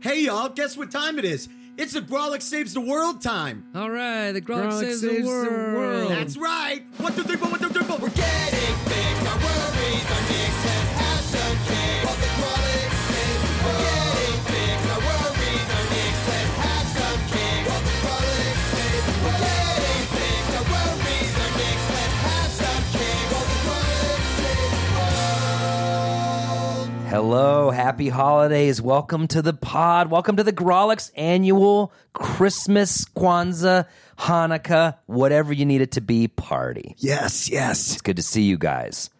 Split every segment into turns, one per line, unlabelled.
Hey, y'all, guess what time it is? It's the Grolic Saves the World time.
All right, the Grolic,
Grolic
saves,
saves
the
the
world.
world.
That's right. One, two, three, four, one, two, three, four. We're getting
Hello, happy holidays. Welcome to the pod. Welcome to the Grolix annual Christmas, Kwanzaa, Hanukkah, whatever you need it to be party.
Yes, yes.
It's good to see you guys.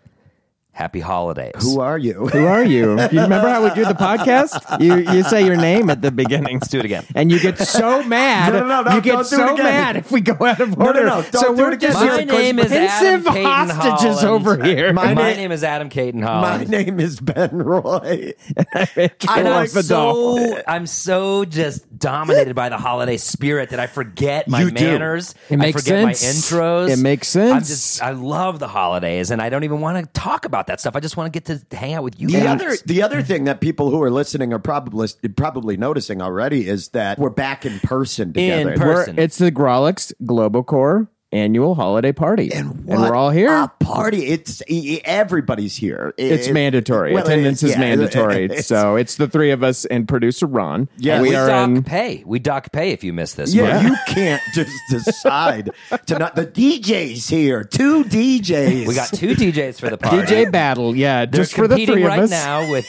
Happy holidays.
Who are you?
Who are you? You remember how we do the podcast? You you say your name at the beginning. Let's
do it again.
And you get so mad.
No, no, no, no,
you get
don't do it
so
again.
mad if we go out of
no,
order.
no, don't
so
do
we're
it again.
just
My
your
name is Adam
pensive
Payton
hostages
Holland.
over here.
My,
My na-
name is Adam Caton
Uh,
My
Holland.
name is Ben Roy.
And I'm
like the doll.
so I'm so just dominated by the holiday spirit that I forget my
You do.
manners.
It makes
I forget
sense.
my intros.
It makes
I'm
sense.
just I love the holidays and I don't even want to talk about that stuff. I just want to get to hang out with you
The
guys.
other, the other thing that people who are listening are probably probably noticing already is that we're back in person together.
person.
We're- it's the Grolix Global Core annual holiday party. And,
What
we're all here.
A party! It's e- e- everybody's here. It-
It's
it-
mandatory.
well,
Attendance
it-
is
yeah,
mandatory.
it's-
so it's the three of us and producer Ron.
Yeah.
we
we
are
dock
in.
pay. We dock pay if you miss this.
Yeah,
one.
you can't just decide to not. The DJ's here. Two DJs.
we got two DJs for the party.
DJ battle, yeah,
They're
just for the
competing
three
right
of us.
now with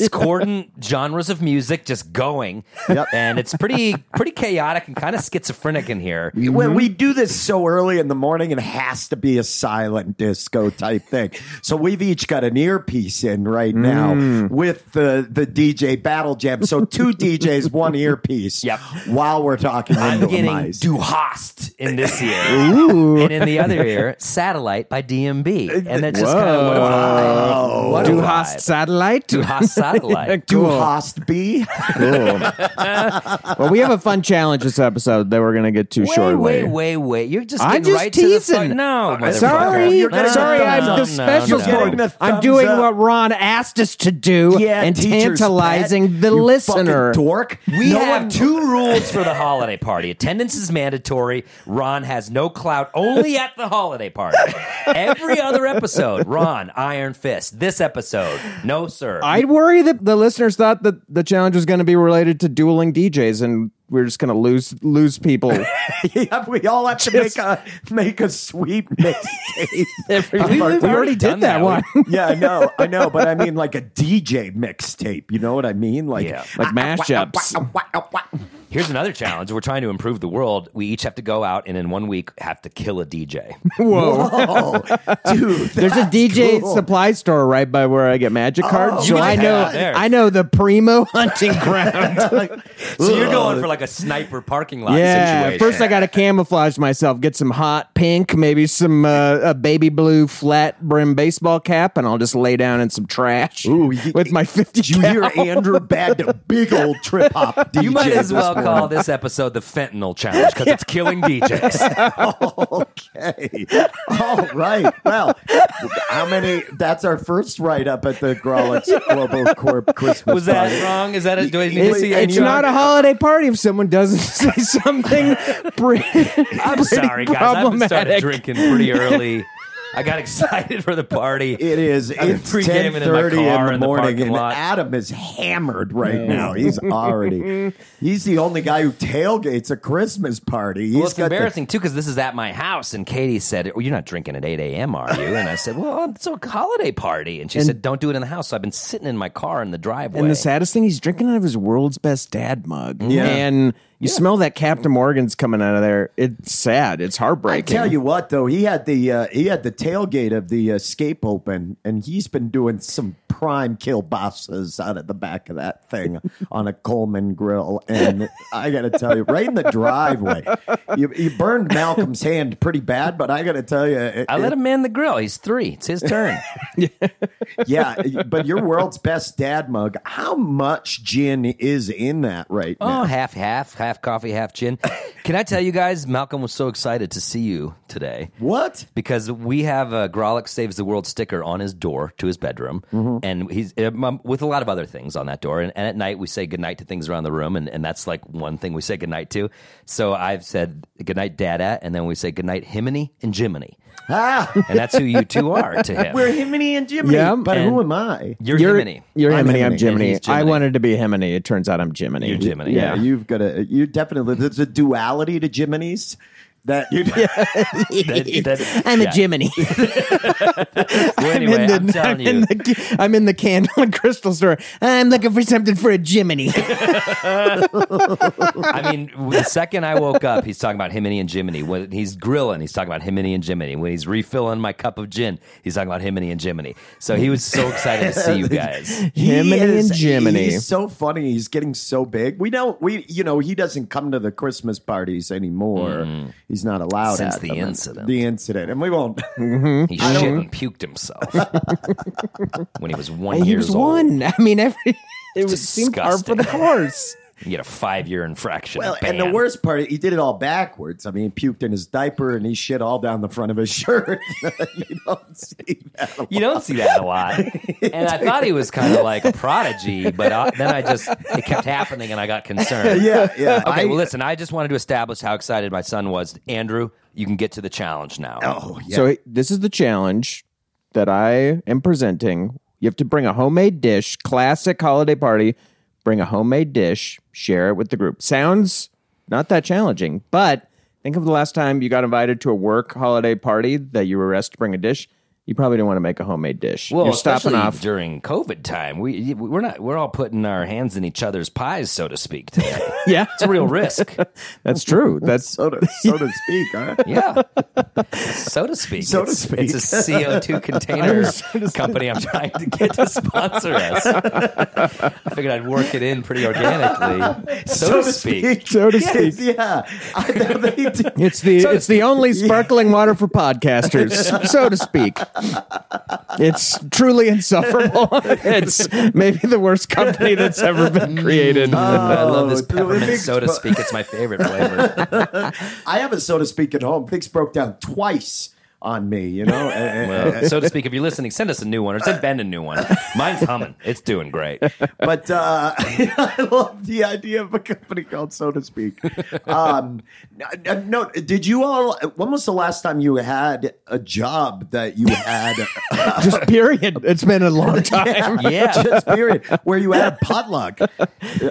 discordant genres of music just going,
Yep.
and it's pretty pretty chaotic and kind of schizophrenic in here.
When
Mm-hmm.
we do this so early in the morning, it has to be a silent disco type thing. So we've each got an earpiece in right now
Mm.
with the, the DJ battle jam. So two DJs, one earpiece.
Yep.
While we're talking
I'm
into a
getting
mice.
Du Hast in this year, and in the other year, Satellite by DMB, and that's just kind of what a vibe. What a
Du
vibe.
hast satellite.
Du Hast Satellite.
Du
Cool.
hast B.
Cool. well, we have a fun challenge this episode that we're going to get to
Wait,
shortly.
wait, wait, wait! You're just
I'm
getting
just
right to the
teasing. Uh,
fu- No, motherfucker.
Sorry,
You're getting
sorry,
the
I'm
thumbs
the
up.
special
You're getting
one.
the
I'm
thumbs
doing
up.
what Ron asked us to do and
teacher's
tantalizing
pet,
the
you
listener.
fucking dork.
We
No
have
one-
two rules for the holiday party. Attendance is mandatory. Ron has no clout only at the holiday party. Every other episode, Ron, Iron Fist. This episode, no, sir.
I worry that the listeners thought that the challenge was going to be related to dueling DJs, and we're just going to lose lose people.
Yeah, we all have to make a make a sweep mixtape.
we
we've
already did
done
that one.
yeah, I know, I know, but I mean like a DJ mixtape. You know what I mean? Like
Yeah.
like mashups.
Here's another challenge. We're trying to improve the world. We each have to go out and in one week have to kill a DJ.
Whoa.
Oh, dude,
There's a
that's
DJ
cool. Oh,
supply store right by where I get magic cards, so
might
I
have
know
it there.
I know the primo hunting ground.
So you're going for like a sniper parking lot
yeah,
situation.
first I got to camouflage myself, get some hot pink, maybe some uh, a baby blue flat brim baseball cap, and I'll just lay down in some trash
Ooh, you-
with my fifty.
Did you hear
cal.
Andrew Bad, a big old trip hop DJ?
you might as
this
well
morning?
call this episode the fentanyl challenge because it's killing DJs.
Okay. All right. Well, how many? That's our first write up at the Grolix Global Corp Christmas
Was that
party.
wrong? Is that a, do I need
It-
to see
it's
any-
not a holiday party if someone doesn't say something. pretty,
I'm sorry, guys. I've been started
problematic.
drinking pretty early. I got excited for the party.
It is.
I've been
It's
pre-gaming
ten
in my
thirty in,
car
the
in the
morning,
parking
and
lot.
Adam is hammered right now. He's already. he's the only guy who tailgates a Christmas party. He's
well, it's
got the-
embarrassing too because this is at my house, and Katie said, well, "You're not drinking at 8 a.m., are you?" And I said, "Well, it's a holiday party," and she said, "Don't do it in the house." So I've been sitting in my car in the driveway.
And the saddest thing, he's drinking out of his world's best dad mug.
Yeah.
And you smell that Captain Morgan's coming out of there. It's sad. It's heartbreaking.
Tell you what, though, he had the uh, he had the tailgate of the Escape Open, and he's been doing some prime kielbasa's out of the back of that thing on a Coleman grill. And I got to tell you, right in the driveway, you, you burned Malcolm's hand pretty bad. But I got to tell you, it-
I let him man the grill. He's three. It's his turn.
yeah. But your world's best dad mug. How much gin is in that right
oh,
now?
half, half, half coffee, half gin. Can I tell you guys, Malcolm was so excited to see you today
What?
because we have a Grolic Saves the World sticker on his door to his bedroom,
Mm-hmm.
and he's um, with a lot of other things on that door. And, and at night, we say goodnight to things around the room, and, and that's like one thing we say goodnight to. So I've said goodnight, Dada, and then we say goodnight, Himiny and Jiminy.
Ah,
And that's who you two are to him.
we're Himiny and Jiminy.
Yeah.
but
And-
who am I?
You're,
You're
Himiny.
You're
I'm
Himini. I'm
Himini.
Jiminy.
And he's Jiminy.
I wanted to be Himini. It turns out I'm Jiminy.
You're Jiminy.
Yeah,
Yeah.
you've got a. You definitely. There's a duality to Jiminy's that you.
That- that-
I'm
yeah.
a Jiminy.
Well,
I'm,
anyway,
in the,
I'm telling
I'm
you.
in the I'm in the candle and crystal store. I'm looking for something for a Jiminy.
I mean, w- the second I woke up, he's talking about Himini and Jiminy. When he's grilling, he's talking about Himini and Jiminy. When he's refilling my cup of gin, he's talking about Himini and Jiminy. So he was so excited to see you guys.
He
Himini
is-
and Jiminy.
He's so funny. He's getting so big. We don't. We you know he doesn't come to the Christmas parties anymore. He's not allowed
Mm. Since
at
the
them.
incident.
The incident, and we won't.
He shit and puked himself when he was one year
he was
old.
one. I mean, every it was seemed hard for the
disgusting.
course.
He had a five-year infraction.
well,
ban.
and the worst part, he did it all backwards. I mean, he puked in his diaper and he shit all down the front of his shirt. you don't see that. a lot.
You don't see that a lot. And I thought he was kind of like a prodigy, but I, then I just it kept happening, and I got concerned.
Yeah, yeah.
Okay,
I-
well, listen. I just wanted to establish how excited my son was. Andrew, you can get to the challenge now.
Oh, yeah.
So this is the challenge that I am presenting. You have to bring a homemade dish, classic holiday party. Bring a homemade dish, share it with the group. Sounds not that challenging, but think of the last time you got invited to a work holiday party that you were asked to bring a dish. You probably didn't want to make a homemade dish.
Well,
You're stopping
especially
off.
during COVID time. We we're not we're all putting our hands in each other's pies, so to speak. Today.
Yeah,
it's a real risk.
that's true. That's
so to so to speak, huh?
Yeah, so to speak.
So to
It's-
speak.
it's a CO two container company. I'm trying to get to sponsor us. I figured I'd work it in pretty organically, so, to speak.
so to speak.
Yes, yeah. I, they did-
It's the
to
it's the only sparkling water for podcasters, so to speak. It's truly insufferable. it's maybe the worst company that's ever been created.
I love this
Oh, dude, it
peppermint,
makes
so to
fun-
speak. It's my favorite flavor.
I have a so to speak at home. Things broke down twice on me, you know. And-
Well, Uh, so to speak, if you're listening, send us a new one or send Ben a new one. Mine's humming. It's doing great.
but uh, I love the idea of a company called So to Speak. Um, no, no, did you all? When was the last time you had a job that you had?
Just period. It's been a long time.
Yeah.
Just period, where you had a potluck.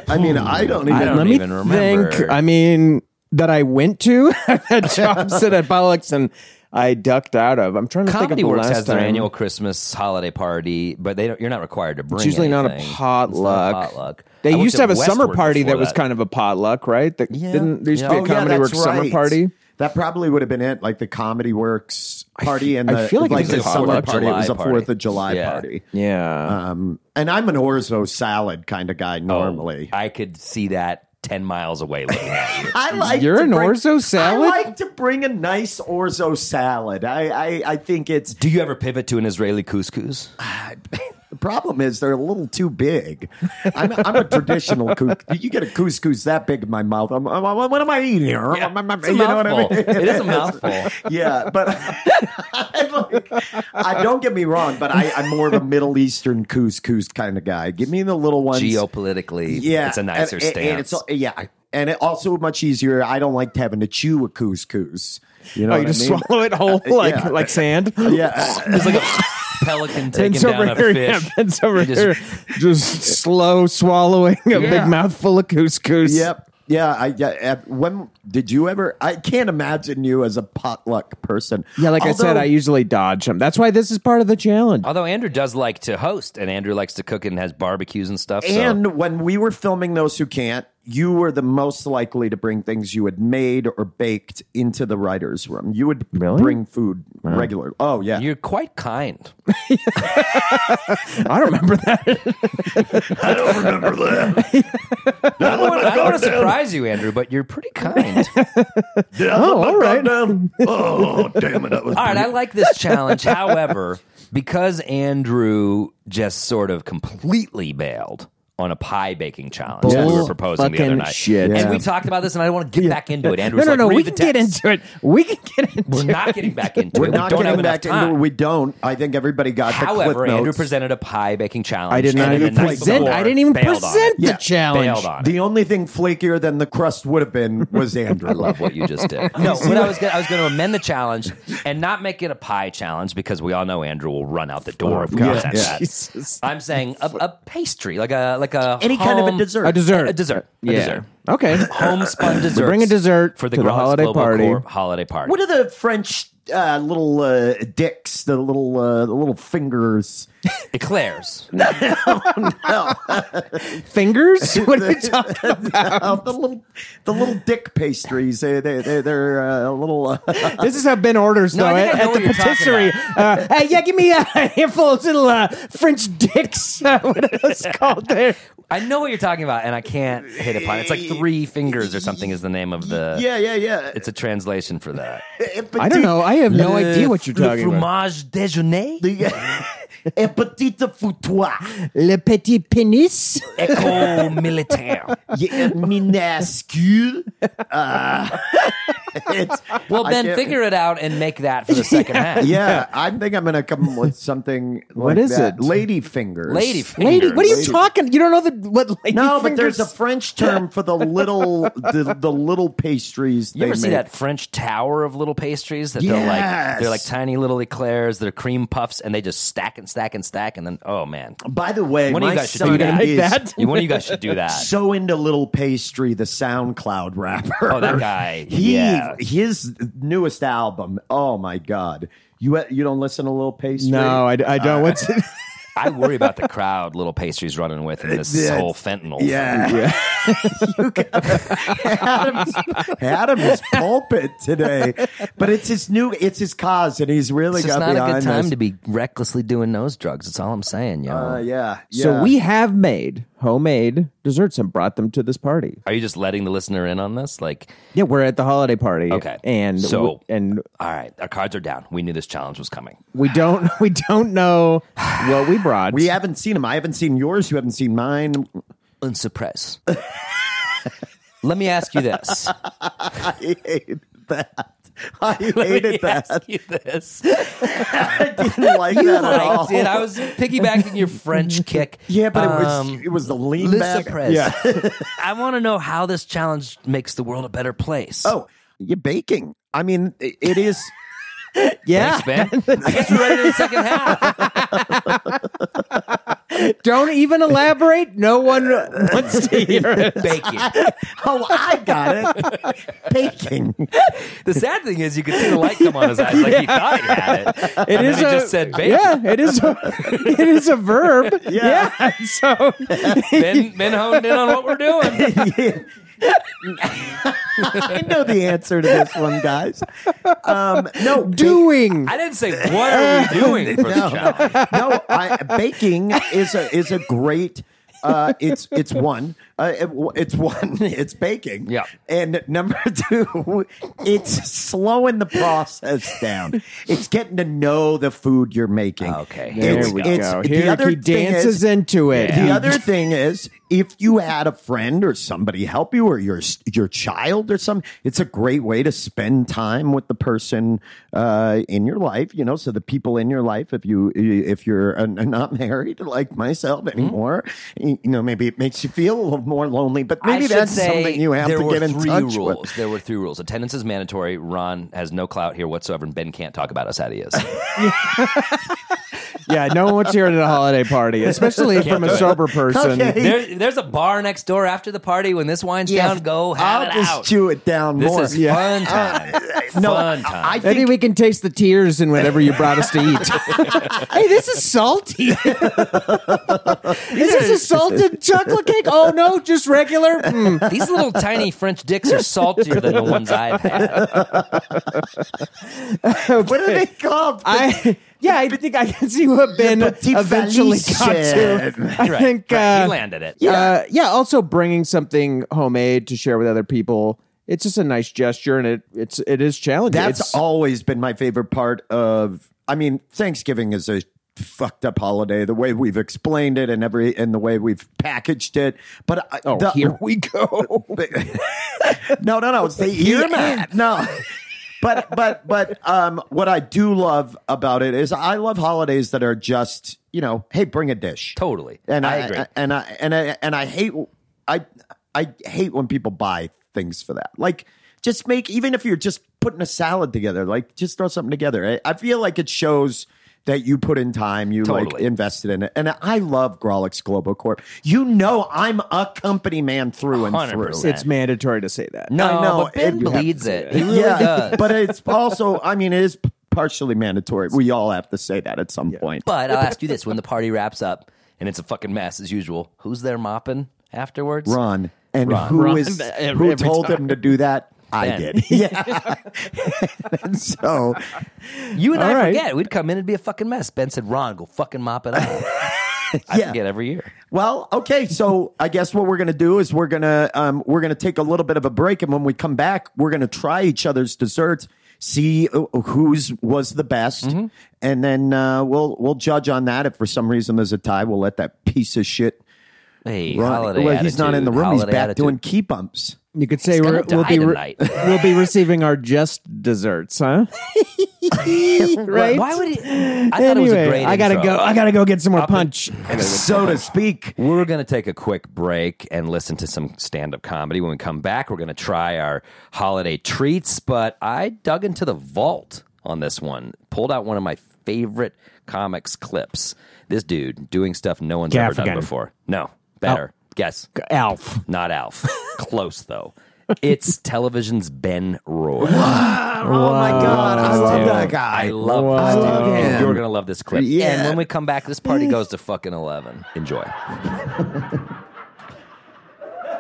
I mean, I don't even.
I don't
Let me
even remember.
think. I mean, that I went to I've had jobs at Bollocks and I ducked out of. I'm trying to
Comedy
think of the
Works
last
has their
time.
annual Christmas holiday party, but they don't, you're not required to bring.
It's usually not a
anything. It's
potluck.
potluck. I
They
worked
used to
at
have a summer
Westward
party
before
that was kind of a potluck, right? That
Yeah. Oh,
didn't there used to
Yeah.
be a Comedy Works
Oh, that's
summer
right.
party.
That probably would have been it, like the Comedy Works party and
I
the
feel like it was
the
a
summer
potluck.
party. It was a
July
Fourth
party.
of July
Yeah.
party.
Yeah.
Uh,
Um, and I'm an orzo salad kind of
Oh,
guy normally.
I could see that ten miles away looking at you.
I like
You're
to
an
bring-
orzo salad?
I like to bring a nice orzo salad. I, I I think it's
Do you ever pivot to an Israeli couscous?
the problem is they're a little too big. I'm, I'm a traditional couscous. You get a couscous that big in my mouth. I'm, I'm, I'm- what am I eating here? I'm- I'm- I'm-
It's a mouthful. It is a mouthful.
Yeah, but I'm like- I don't get me wrong, but I, I'm more of a Middle Eastern couscous kind of guy. Give me the little ones.
Geopolitically, it's a nicer
and,
stance.
And, and it's, al- yeah, and it also much easier. I don't like having to chew a couscous. You know,
Oh,
what
you just
I mean?
swallow it
Uh,
whole like
yeah.
like sand.
Yeah,
It's like a pelican taking
Ben's
down
over
a
here, yeah,
fish.
Ben's over
just-
here, just slow swallowing a big mouthful of couscous.
yep, yeah. I yeah, uh, when did you ever? I can't imagine you as a potluck person.
Yeah, like I said,
Although-
I usually dodge them. That's why this is part of the challenge.
Although Andrew does like to host, and Andrew likes to cook and has barbecues and stuff. so-
And when we were filming those who can't, you were the most likely to bring things you had made or baked into the writers' room. You would
Really?
bring food regular. Oh yeah,
You're quite kind.
I don't remember that.
I don't wanna- I don't want to surprise you, Andrew, but you're pretty kind.
Oh, all right.
Oh damn it! That was
All right, I like this challenge. However, because Andrew just sort of completely bailed on a pie baking challenge
Bull
that we were proposing the other
fucking
night.
shit.
And we
Yeah.
talked about this, and I don't want to get back into it. Andrew,
no, no, no.
Like,
We
read
can get
the text.
into it. We can get into
We're
it.
not getting back into
We're
it.
not
we don't have
getting
enough
back
time.
into it. We don't. I think everybody got the
However,
clip
Andrew
notes.
presented a pie baking challenge.
I did not
and then
even
the night
present.
before
I didn't even
bailed on it.
present the
Yeah,
challenge.
Bailed on it.
the only thing flakier than the crust would have been was Andrew.
I love what you just did. No, what I was gonna, I was going to amend the challenge and not make it a pie challenge because we all know Andrew will run out the door if we
yeah,
present
yeah.
that.
Jesus.
I'm saying a, a pastry, like a like a
Any kind of a
home-
dessert.
A dessert.
a dessert, a
yeah.
dessert.
Okay.
Homespun dessert.
bring a dessert
for the,
to the
Grolix
holiday
Global
party.
Corp holiday party.
What are the French uh, little uh, dicks? The little uh, the little fingers.
Eclairs.
Fingers? What are you talking
Uh, the little the little dick pastries. They they they they're uh, a little. Uh,
This is how Ben orders,
No,
though,
I think
at,
I know
at the
what you're talking
patisserie. Uh, hey, yeah, give me a handful of little uh, French dicks. Uh, what are those called there?
I know what you're talking about, and I can't hit upon it. It's like three fingers or something is the name of the.
yeah yeah yeah. E-,
It's a translation for that.
Petit-
I don't know. I have no idea what you're
Le
talking about.
fromage déjeuner.
The, a petit foutoir.
Le petit penis?
Echo militaire.
Yeah, minuscule. Uh, it's,
Well,
I
Ben,
can't-
figure it out and make that for the second half.
Yeah, I think I'm gonna come with something. Like
What is
that.
it?
Lady fingers.
Lady
Lady,
fingers.
what are you
Lady.
talking? You don't know the, what lady
No, but
fingers?
there's a French term for the little the, the little pastries.
You
they
ever see
make.
that French tower of little pastries that they're like
Yes.
they're like tiny little eclairs, they're cream puffs, and they just stack and stack and stack, and then oh man,
By the way,
One of you
my
guys should do
son
that.
Like
is
that?
You- one of you guys should do that.
so into little pastry, the SoundCloud rapper.
Oh, that guy.
He
Yeah.
his newest album. Oh my god. You you don't listen to little pastry?
No, I, I don't. What's
Uh,
it?
I worry about the crowd little pastries running with in this
Yeah.
whole fentanyl.
Yeah. You got- Adam's, Adam's pulpit today, but it's his new, it's his cause, and he's really
It's
got
just not a
behind
good time
this.
to be recklessly doing nose drugs. That's all I'm saying, yo.
Uh, yeah,
So
yeah.
we have made homemade desserts and brought them to this party.
Are you just letting the listener in on this? Like,
Yeah, we're at the holiday party.
Okay.
and
So-
w- and
all right, our cards are down. We knew this challenge was coming.
we don't we don't know what we brought.
we haven't seen him. I haven't seen yours. You haven't seen mine.
And surprise. Let me ask you this.
I hated that. I
Let
hated
me
that.
ask you this.
I didn't like that at all.
liked it. I was piggybacking your French kick.
Oh. Yeah, but it
Um,
was it was the lean
Le
back.
surprise.
Yeah.
I want to know how this challenge makes the world a better place.
Oh, you're baking. I mean, i- it is.
yeah,
thanks, Ben. I guess we're ready to the second half.
don't even elaborate. No one wants to hear it.
Baking.
oh, I got it. baking.
The sad thing is, you could see the light come on his eyes, like he thought he had it.
It
and then
is
he
a,
just said baking.
Yeah, it is. A, it is a verb. Yeah. So
Ben, ben honed in on what we're doing.
I know the answer to this one, guys. Um, no,
doing.
I didn't say what are we doing for the challenge.
ba- no. I, baking is a is a great. Uh, it's it's one. Uh, it- it's one. It's baking.
Yeah.
And number two, it's slowing the process down. It's getting to know the food you're making.
Okay,
There
here
it's,
we go.
it's-
Go.
the
Here
other
he
thing is-
dances into it.
The other thing is, if you had a friend or somebody help you, or your your child or something, it's a great way to spend time with the person uh, in your life. You know, so the people in your life, if you if you're uh, not married like myself anymore, you know, maybe it makes you feel a little more lonely. But
I
maybe
should
that's
say
something you have
there
to
were
get in
three
touch
rules.
with.
There were three rules. Attendance is mandatory. Ron has no clout here whatsoever, and Ben can't talk about us how he is.
Yeah, no one wants to hear it at a holiday party, especially from a sober person.
Okay.
There, there's a bar next door after the party. When this winds
Yeah.
down, go have
I'll
it
just
out.
chew it down
this
more.
is
Yeah.
fun time.
no,
fun time.
I, I
Maybe
think
we can taste the tears in whatever you brought us to eat. hey, this is salty. is this a salted chocolate cake? Oh no, just regular. Mm.
These little tiny French dicks are saltier than the ones I've had.
what are they called?
I yeah, I think I can see what Ben
petit
eventually
valise.
got to. I
Right,
think
right.
uh,
he landed it.
Uh, yeah, also bringing something homemade to share with other people. It's just a nice gesture, and it it's it is challenging.
That's
It's-
always been my favorite part of. I mean, Thanksgiving is a fucked up holiday, the way we've explained it and every and the way we've packaged it. But I,
Oh,
the-
here we go.
no, no, no. It's the ear mat. No. But but but um, what I do love about it is I love holidays that are just you know hey bring a dish
Totally.
and
I
I,
agree.
and I and I and I hate I I hate when people buy things for that. Like just make even if you're just putting a salad together, like just throw something together. I, I feel like it shows that you put in time, you like
Totally.
invested in it. And I love Grolix Global Corp. You know I'm a company man through and through.
100%.
it's mandatory to say that.
No,
I know,
but Ben
it-
bleeds it. He really does.
But it's also I mean it is partially mandatory. We all have to say that at some point.
But I'll ask you this: when the party wraps up and it's a fucking mess as usual, who's there mopping afterwards?
Ron. And who
Ron.
is-
Every-
who
every
told him to do that? I
Ben.
did. Yeah. And so
You and
All
I
right.
forget. We'd come in and be a fucking mess. Ben said, "Ron, go fucking mop it up." I forget every year.
well, okay. So I guess what we're gonna do is we're gonna um, we're gonna take a little bit of a break, and when we come back, we're gonna try each other's desserts, see uh, whose was the best,
Mm-hmm.
and then uh, we'll we'll judge on that. If for some reason there's a tie, we'll let that piece of shit.
Hey,
run.
holiday.
well, he's not in the
attitude,
room.
holiday
he's back
attitude.
doing key bumps.
You could say
gonna
we're, we'll
die
be
tonight.
we'll be receiving our just desserts, huh? right?
Why would he? I thought
anyway,
it was a great.
I gotta
intro.
go. I gotta go get some more punch.
So to speak.
We're going to take a quick break and listen to some stand up comedy. When we come back, we're going to try our holiday treats. But I dug into the vault on this one, pulled out one of my favorite comics clips. This dude doing stuff no one's ever done
Gaffigan.
before. No, better.
Oh.
Guess.
Alf.
Not Alf. Close, though. It's television's Ben
Oh
Roy.
my god, I love that guy.
I love this dude.
love
And
him.
You're going to love this clip.
Yeah. Mm.
And when we come back, this party goes to fucking 11. Enjoy.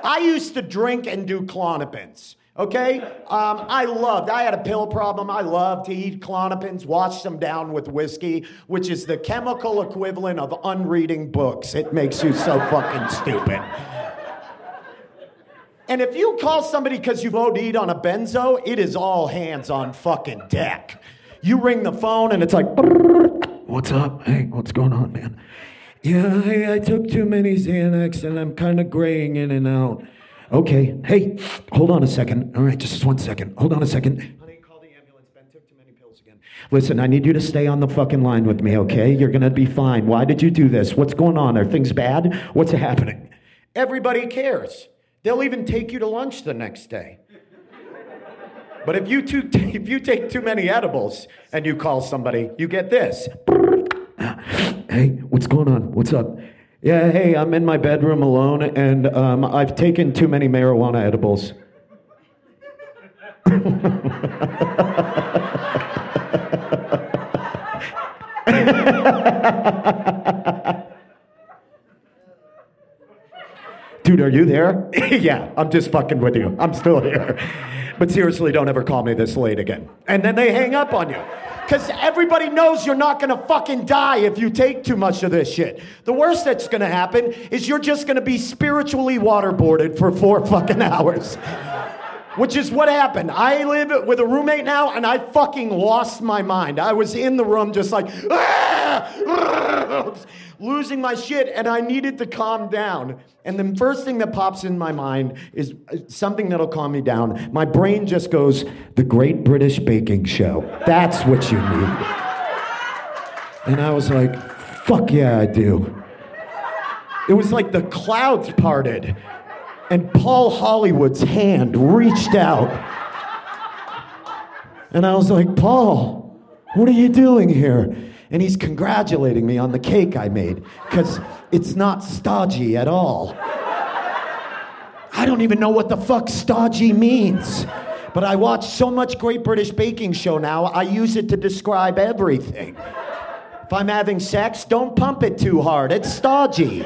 I used to drink and do clonopins. Okay, um, I loved. I had a pill problem. I loved to eat clonopins, wash them down with whiskey, which is the chemical equivalent of unreading books. It makes you so fucking stupid. And if you call somebody because you've OD'd on a benzo, it is all hands on fucking deck. You ring the phone and it's like,
What's up? Hey, what's going on, man?
Yeah, hey, I took too many Xanax and I'm kind of graying in and out.
Okay. Hey, hold on a second. All right, just one second. Hold on a second.
Honey, call the ambulance. Ben took too many pills again.
Listen, I need you to stay on the fucking line with me, okay? You're gonna be fine. Why did you do this? What's going on? Are things bad? What's happening?
Everybody cares. They'll even take you to lunch the next day. But if you, too, if you take too many edibles and you call somebody, you get this.
Hey, what's going on? What's up? Yeah, hey, I'm in my bedroom alone and um, I've taken too many marijuana edibles.
Dude, are you there? yeah, I'm just fucking with you. I'm still here. But seriously, don't ever call me this late again. And then they hang up on you. Because everybody knows you're not gonna fucking die if you take too much of this shit. The worst that's gonna happen is you're just gonna be spiritually waterboarded for four fucking hours. Which is what happened. I live with a roommate now and I fucking lost my mind. I was in the room just like, "Ah!" losing my shit and I needed to calm down. And the first thing that pops in my mind is uh, something that'll calm me down. My brain just goes, The Great British Baking Show. That's what you need.
And I was like, fuck yeah, I do.
It was like the clouds parted and Paul Hollywood's hand reached out. And I was like, Paul, what are you doing here? And he's congratulating me on the cake I made because it's not stodgy at all. I don't even know what the fuck stodgy means. But I watch so much Great British Baking Show now, I use it to describe everything. If I'm having sex, don't pump it too hard. It's stodgy.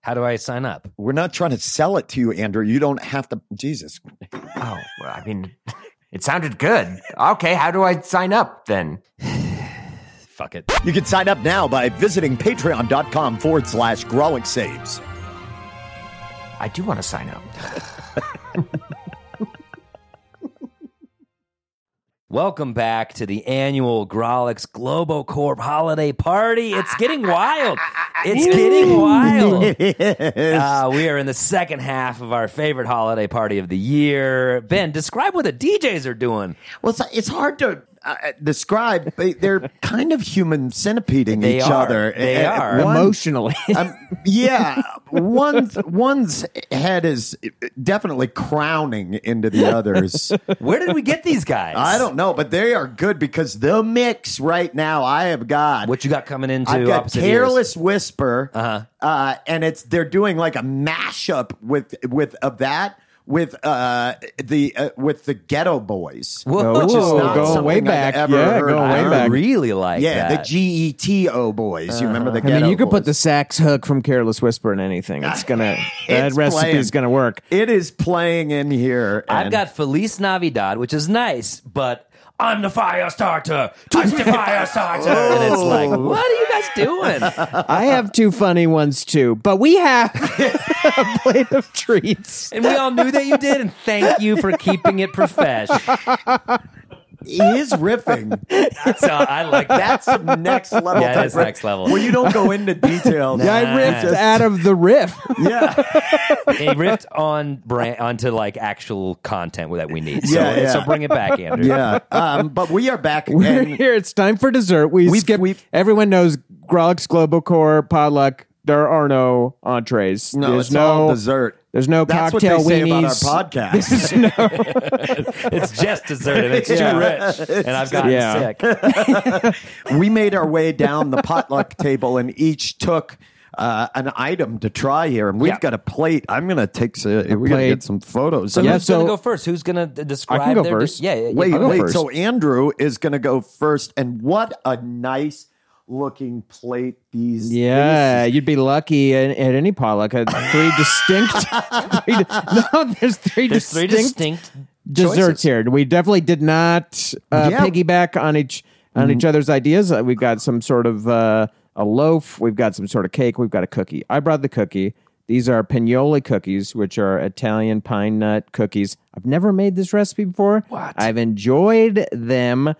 How do I sign up?
We're not trying to sell it to you, Andrew. You don't have to. Jesus.
Oh, well, I mean, it sounded good. Okay, how do I sign up then?
Fuck it.
You can sign up now by visiting patreon.com forward slash Grolic Saves.
I do want to sign up.
Welcome back to the annual Grolix Globocorp holiday party. It's getting wild. It's getting wild. Uh, we are in the second half of our favorite holiday party of the year. Ben, describe what the DJs are doing.
Well, it's, it's hard to uh, describe. But they're kind of human centipeding
They
each
are.
other.
They
Uh,
are.
one-
Emotionally.
um, yeah, one's one's head is definitely crowning into the others.
Where did we get these guys?
I don't know, but they are good because the mix right now. I have got
What you got coming into
I've got
opposite ears?
Careless Whisper,
Uh-huh.
uh, and it's they're doing like a mashup with with of that with uh the uh, with the Ghetto Boys,
Whoa,
which is not
going way
something I've
back.
ever
Yeah,
heard.
going way
I
I
back.
really like
yeah, the
that.
G E T O Boys. you remember the
I
Ghetto?
mean, you could put
Boys.
the sax hook from Careless Whisper in anything. It's gonna that
It's
recipe
playing.
is gonna work.
It is playing in here.
I've
and-
got Feliz Navidad, which is nice, but I'm the fire starter. Twist the fire starter. And it's like,
Oh.
what are you guys doing?
I have two funny ones too, but we have a plate of treats.
And we all knew that you did, and thank you for keeping it profesh.
he is riffing.
So I like that.
That's some next level.
Yeah, it
type
is
riff.
next level.
Well, you don't go into details.
I ripped
Nice.
out of the riff.
yeah.
It ripped on brand onto like actual content that we need. So,
Yeah, yeah.
so bring it back, Andrew.
yeah. Um, but we are back.
We're
And
here. It's time for dessert. We
We've-
skip.
we've-
everyone knows Grolix Globocore Podluck. There are no entrees.
no,
there's
it's
no
all dessert.
There's no
That's
cocktail
what they
weenies.
say about our podcast.
It's just dessert and it's
Yeah.
too rich. And I've gotten
Yeah.
sick.
we made our way down the potluck table and each took uh, an item to try here, and we've
Yeah.
got a plate. I'm gonna take. So, we're gonna
plate.
get some photos.
So
Yeah,
who's
so-
gonna go first? Who's gonna d- describe
go
their
first.
yeah, yeah, yeah.
Wait,
I'll go
wait.
first.
So Andrew is going to go first, and what a nice looking plate these.
Yeah, you'd be lucky at, at any potluck. Uh, Three distinct. three di- no, there's three
There's three
distinct,
distinct
desserts
choices.
here. We definitely did not uh,
Yeah. Mm-hmm.
piggyback on each on each other's ideas. Uh, we've got some sort of uh, a loaf. We've got some sort of cake. We've got a cookie. I brought the cookie. These are pignoli cookies, which are Italian pine nut cookies. I've never made this recipe before. What? I've enjoyed them.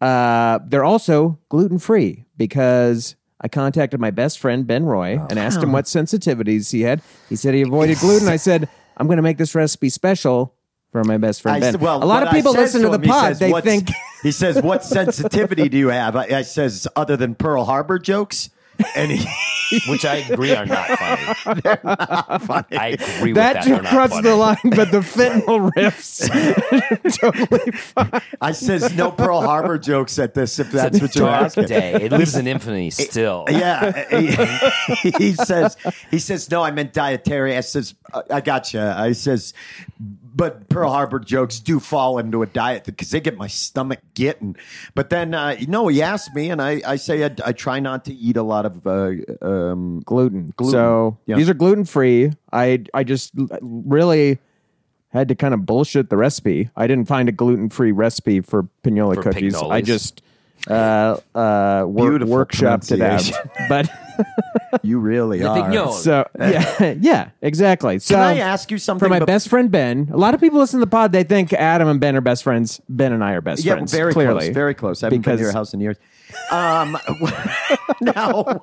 Uh, they're also gluten free because I contacted my best friend Ben Roy
Oh,
and asked him what sensitivities he had. He said he avoided gluten. I said I'm going to make this recipe special for my best friend
I
Ben.
said- well,
a lot
what
of
I
people
says
listen to the
him, he
pod.
says,
they
"What's-
think
he says, "What sensitivity do you have?" I, I says, "Other than Pearl Harbor jokes." And he,
which I agree are not funny. I agree
that
with that. They're
just
not
crossed
funny.
the line, but the fentanyl riffs totally fine.
I says, "No Pearl Harbor jokes at this." If that's
It's a
what you're
dark
asking.
day. It lives in infamy still.
Yeah, he, he says he says no. I meant dietary. I says "Uh, I gotcha. I says, but Pearl Harbor jokes do fall into a diet because they get my stomach getting. But then uh, you know he asked me, and I I say I, I try not to eat a lot of uh, um,
gluten. So
Yeah.
these are gluten free. I I just l- really had to kind of bullshit the recipe. I didn't find a gluten free recipe for pinola
For
cookies. I
pignolis.
just uh uh wor-
Beautiful
workshopped it out.
pronunciation.
But
you really are.
pignon.
so yeah yeah exactly. So
Can I ask you something?
for my
bef-
best friend Ben, a lot of people listen to the pod. They think Adam and Ben are best friends. Ben and I are best
Yeah,
friends.
very
clearly,
close. Very close. I haven't been
because-
to your house in years. Um, now,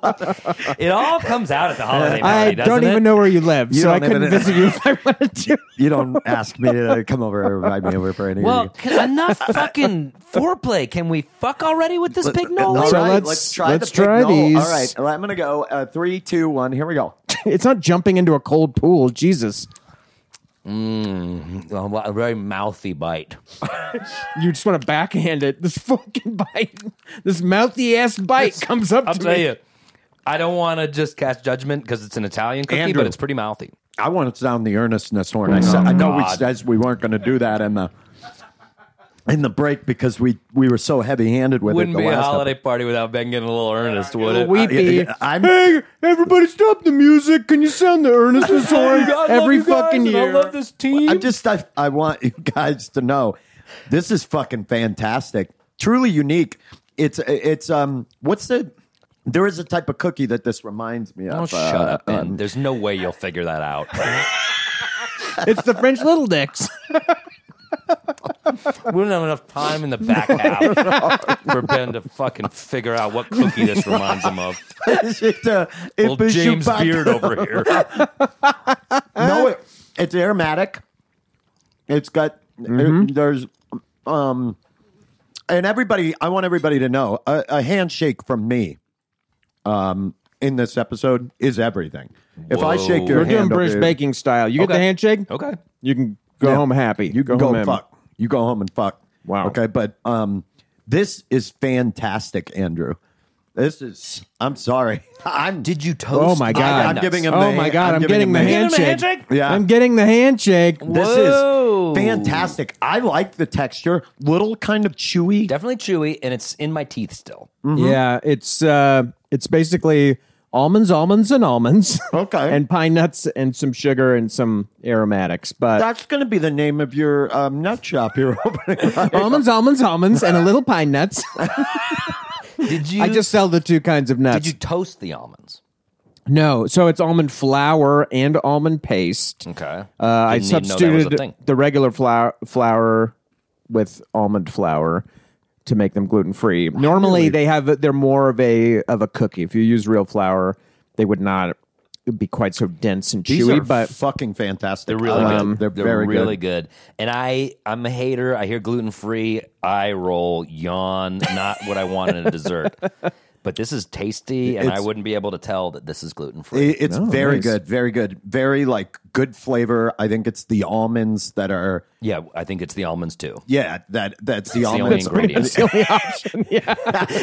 It all comes out at the holiday party,
I
doesn't
don't even
it?
know where you live,
You
so
don't
I couldn't
even-
visit you if I wanted to.
you don't ask me to come over or invite me over for any.
Well, can, enough fucking foreplay. Can we fuck already with this pig
All
So
nose?
right,
let's- let's try
pignol.
these.
All right, well, I'm gonna go uh, three, two, one. Here we go.
It's not jumping into a cold pool. Jesus.
A very mouthy bite.
You just want to backhand it. This fucking bite, this mouthy ass bite comes up
I'll
to
tell
me.
you, I don't want to just cast judgment because it's an Italian cookie,
Andrew.
but it's pretty mouthy.
I
Oh,
want to sound the earnestness horn. I, said, I know we
God.
says we weren't gonna do that in the in the break because we we were so heavy handed with
Wouldn't
it. the
be a
last
holiday party without Ben getting a little earnest, would it?
We
episode.
be.
I'm
Hey, everybody stop the music. Can you sound the earnestness every fucking year?
this team.
I just I, I want you guys to know this is fucking fantastic. Truly unique. It's it's um what's the there is a type of cookie that this reminds me
Oh,
of.
shut
uh,
up, Ben.
um,
There's no way you'll figure that out.
It's the French Little Dicks.
we don't have enough time in the back half for Ben to fucking figure out what cookie this reminds him of.
it, uh, it
Old
puts you
James
back-
Beard over here.
No,
Eh.
it, it's aromatic. It's got
Mm-hmm.
there, there's um and everybody I want everybody to know a, a handshake from me um in this episode is everything. If I shake your
We're
hand,
doing British
okay,
baking style. You get the
Okay.
handshake.
Okay.
You can go
Yeah.
home happy.
You can
home
go,
em-
fuck. You go home and fuck.
Wow.
Okay, but um, this is fantastic, Andrew. This is. I'm sorry. I'm.
Did you toast?
Oh my god!
I'm giving him
Oh
the-
my god!
I'm
I'm,
giving
getting
him
the
the-
You're giving him a
handshake.
handshake?
Yeah.
I'm getting the handshake.
this
Whoa.
is fantastic. I like the texture. Little kind of chewy.
Definitely chewy, and it's in my teeth still.
Yeah, it's uh, it's basically almonds, almonds, and almonds.
Okay.
and pine nuts and some sugar and some aromatics, but.
That's going to be the name of your um, nut shop you're opening. right?
Almonds, almonds, almonds, and a little pine nuts.
Did you?
I just sell the two kinds of nuts.
did you toast the almonds?
No, so it's almond flour and almond paste.
Okay.
Uh, I
Didn't even know that was a
substituted
thing.
the regular flour, flour with almond flour to make them gluten free. Normally, they have they're more of a of a cookie. If you use real flour, they would not be quite so dense and
These
chewy.
are
but
fucking fantastic.
Um, They're really
I like
good.
them. They're, very
really
good.
good. And I, I'm a hater. I hear gluten free. I roll, yawn. Not what I want in a dessert. But this is tasty, and I
It's-
wouldn't be able to tell that this is gluten free.
It-
Oh,
It's very good. Very good. Very like good flavor. I think it's the almonds that are.
Yeah, I think it's the almonds too.
Yeah, that that's the
It's the only
almonds.
ingredient.
the only option, yeah,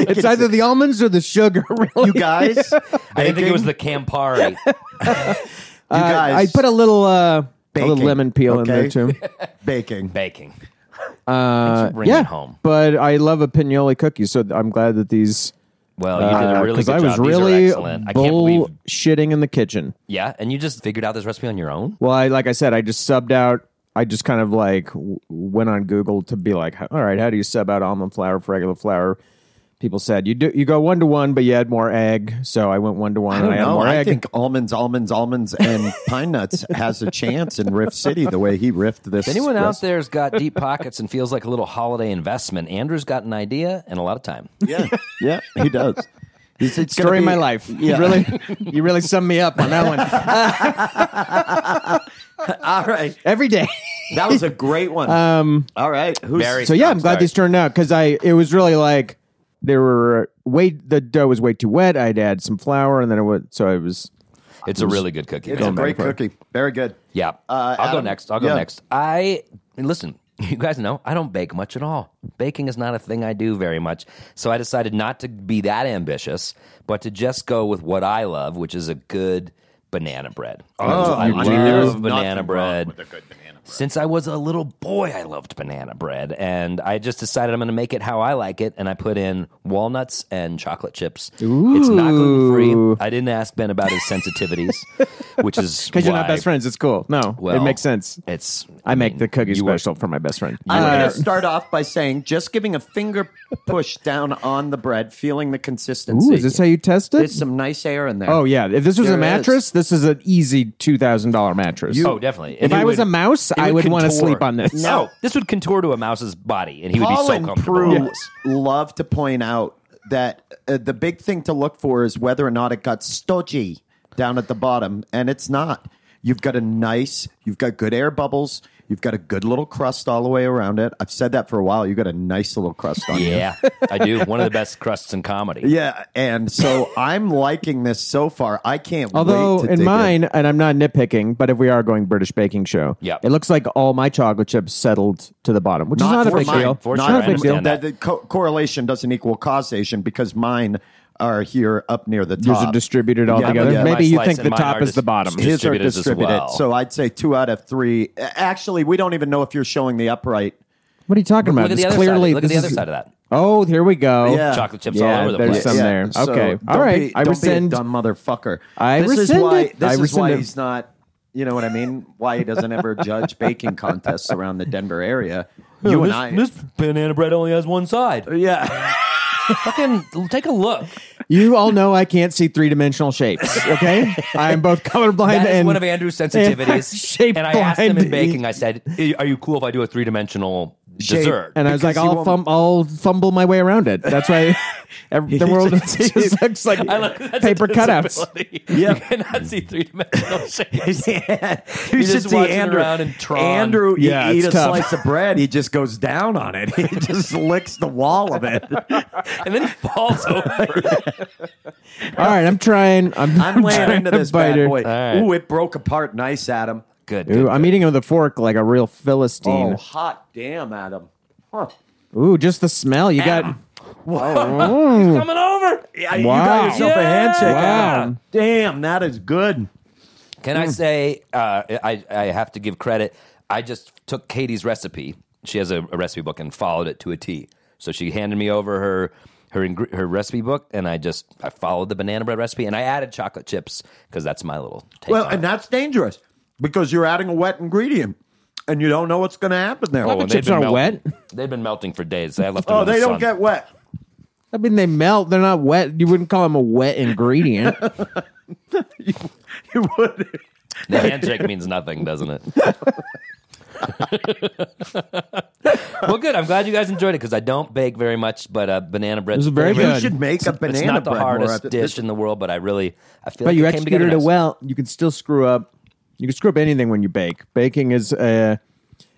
it's either the almonds or the sugar. Really,
you guys.
I didn't think it was the Campari.
You
Uh,
guys,
I put a little uh, a little
Baking,
lemon peel in there
okay?
too.
baking.
baking.
Uh,
bring
yeah,
it home.
But I love a pinoli cookie, so I'm glad that these.
Well, you did a really
because
good
Uh, I was
job. These are
really
excellent. I can't believe.
shitting in the kitchen.
Yeah, and you just figured out this recipe on your own.
Well, I like I said, I just subbed out. I just kind of like w- went on Google to be like, all right, how do you sub out almond flour for regular flour? People said you do you go one to one, but you add more egg. So I went one to one.
I
and
don't
I added
know.
more
I
egg.
think almonds, almonds, almonds, and pine nuts has a chance in Rift City the way he riffed this.
Anyone out
rest-
there's got deep pockets and feels like a little holiday investment. Andrew's got an idea and a lot of time.
Yeah, he does. He's, it's gonna
Story of
be-
my life.
Yeah.
You really, you really summed me up on that one.
All right,
Every day.
that was a great one. Um, All right, who's
Barry.
So yeah,
I'm
I'm glad
sorry.
these turned out because I it was really like there were way the dough was way too wet. I'd add some flour and then it would so it was
It's a really good cookie.
It's a
man.
great cookie. Very good.
Yeah.
Uh,
I'll go
Adam-
next. I'll go
yeah.
next. I and listen, you guys know I don't bake much at all. Baking is not a thing I do very much. So I decided not to be that ambitious, but to just go with what I love, which is a good banana bread.
Oh,
I
you
love
do? There's
banana bread. Since I was a little boy, I loved banana bread, and I just decided I'm going to make it how I like it, and I put in walnuts and chocolate chips. It's not gluten
Ooh.
free. I didn't ask Ben about his sensitivities, which is
because you're not
why-
best friends. It's cool. No,
Well,
it makes sense.
It's
I, make the cookie
you are-
special for my best friend.
I'm
Uh,
going to start off by saying just giving a finger push down on the bread, feeling the consistency.
Ooh, is this how you test it?
There's some nice air in there.
oh yeah, if this was
There
a
it
mattress, this is an easy two thousand dollar mattress.
oh, definitely.
if
And it
I was
would-
a mouse,
it
I would want to
contour.
sleep on this.
No, this would contour to a mouse's body, and he would
Paul
be so
and
comfortable.
Prue
on this.
love to point out that uh, the big thing to look for is whether or not it got stodgy down at the bottom, and it's not. You've got a nice, you've got good air bubbles, you've got a good little crust all the way around it. I've said that for a while. You got a nice little crust on you.
Yeah, I do. One of the best crusts in comedy.
Yeah, and so I'm liking this so far. I can't
Although
wait to
in
dig
mine, and I'm not nitpicking, but if we are going British baking show,
Yep.
it looks like all my chocolate chips settled to the bottom, which is not a
for
big
mine.
deal.
For
not
sure,
a big
I
deal.
understand that.
The co- correlation doesn't equal causation because mine are here up near the
Yours
top.
are distributed all
Yeah,
together.
yeah.
Maybe
My
you
slice
think
and
the
mine
top
are
is the
dis-
bottom.
dis-
His are
distributed as
distributed.
well.
So I'd say two out of three. A- Actually, we don't even know if you're showing the upright
What are you talking about?
Look at
This
the other
clearly,
side. Look at
this
the other
is-
side of that.
Oh, here we go.
Yeah.
Chocolate chips
Yeah,
all over the
there's
place.
some there.
So
Okay. All
don't
right.
be-
I
don't
rescind.
Be a dumb motherfucker.
I
this is
rescind
why,
it.
This
I
is why
rescind it.
he's not. You know what I mean? Why he doesn't ever judge baking contests around the Denver area. You and I.
banana bread only has one side.
yeah.
Fucking take a look.
You all know I can't see three dimensional shapes. Okay, I'm both colorblind
That is
and
one of Andrew's sensitivities.
shape
and I asked him in
blind.
baking. I said, "I- "Are you cool if I do a three dimensional dessert?"
And I was like,
Because he
I'll,
won't-
fum- I'll fumble my way around it. That's why every, the world just looks like
I look- that's a
paper cutouts.
disability. You cannot see three dimensional shapes.
You
He's
should
just
see
watching
Andrew.
around in Tron.
Andrew, you
Yeah,
eat
it's
a
tough.
slice of bread, he just goes down on it. He just licks the wall of it.
and then he falls over.
All right, I'm trying. I'm,
I'm laying
trying
into
to
this
bite
bad
her.
boy.
right.
Ooh, it broke apart. Nice, Adam.
Good.
Ooh,
good.
I'm eating it with a fork like a real Philistine.
Oh, hot damn, Adam. Huh.
Oh.
Ooh, just the smell.
Ah.
You got.
Coming over.
Yeah, You got
Wow.
yourself a
Yeah.
handshake,
Wow.
Adam. Damn, that is good.
Can I say uh, I I have to give credit. I just took Katie's recipe. She has a, a recipe book and followed it to a T. So she handed me over her her ingre- her recipe book, and I just I followed the banana bread recipe, and I added chocolate chips because that's my little take.
Well,
on
and
it.
that's dangerous because you're adding a wet ingredient and you don't know what's going to happen there.
Oh, and
chips
they've been
are
melting.
wet?
They've been melting for days. I left. Them
oh,
in the
they don't
sun.
get wet.
I mean, they melt. They're not wet. You wouldn't call them a wet ingredient.
You would.
The handshake means nothing, doesn't it? well, good. I'm glad you guys enjoyed it because I don't bake very much, but uh, banana bread
was very
You
Good.
should make a banana
It's not the
bread more
hardest
often.
dish in the world, but I really I feel
but
like
you
it came together
executed it
nice.
well. You can still screw up. You can screw up anything when you bake. Baking is uh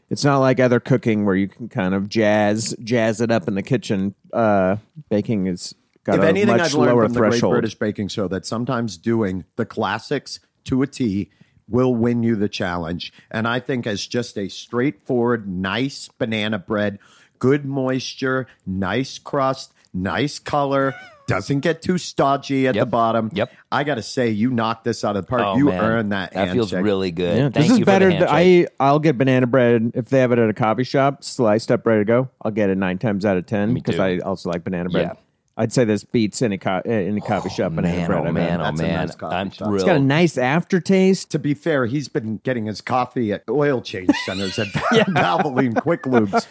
it's not like other cooking where you can kind of jazz jazz it up in the kitchen. Uh, baking is got
If
a
anything,
much
I've learned
lower
from the Great
threshold.
British Baking Show that sometimes doing the classics to a T will win you the challenge. And I think as just a straightforward, nice banana bread, good moisture, nice crust, nice color, doesn't get too stodgy at
Yep.
the bottom.
Yep.
I got to say, you knocked this out of the park.
Oh,
you
man.
earned that.
That feels
handshake.
really good.
Yeah,
Thank
this is
you
better.
For the
th-
handshake.
I I'll get banana bread if they have it at a coffee shop, sliced up, ready to go. I'll get it nine times out of ten because
too.
I also like banana bread.
Yeah.
I'd say this beats any co- uh, any coffee shop banana
man,
bread.
oh
I've
man,
had.
oh
That's a
man,
nice coffee
I'm
shop.
thrilled.
It's got a nice aftertaste.
To be fair, he's been getting his coffee at oil change centers at Valvoline Quick Lubes.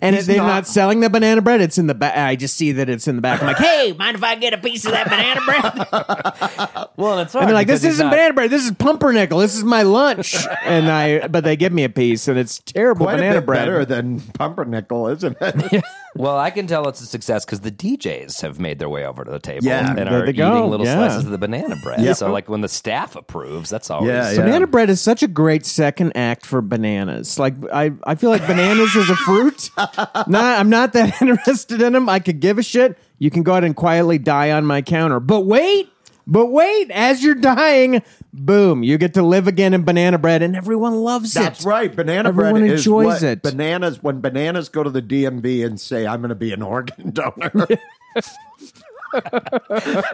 And
He's
they're not,
not-
selling the banana bread. It's in the back. I just see that it's in the back. I'm like, hey, mind if I get a piece of that banana bread?
well, it's
And
hard
they're like, this
because he's
isn't
not-
banana bread. This is pumpernickel. This is my lunch. and I, but they give me a piece, and it's terrible
Quite
banana
a bit
bread.
better than pumpernickel, isn't it?
Well, I can tell it's a success because the DJs have made their way over to the table
Yeah,
and
there
are
they
eating
go.
little
Yeah.
slices of the banana bread. So, like when the staff approves, that's always
Yeah, yeah.
Banana bread is such a great second act for bananas. Like I, I feel like bananas is a fruit. Not, I'm not that interested in them. I could give a shit. You can go out and quietly die on my counter. But wait, but wait. As you're dying, boom, you get to live again in banana bread, and everyone loves it.
That's right. Banana
Everyone
bread is
enjoys
what
it.
Bananas when bananas go to the DMV and say, "I'm going to be an organ donor."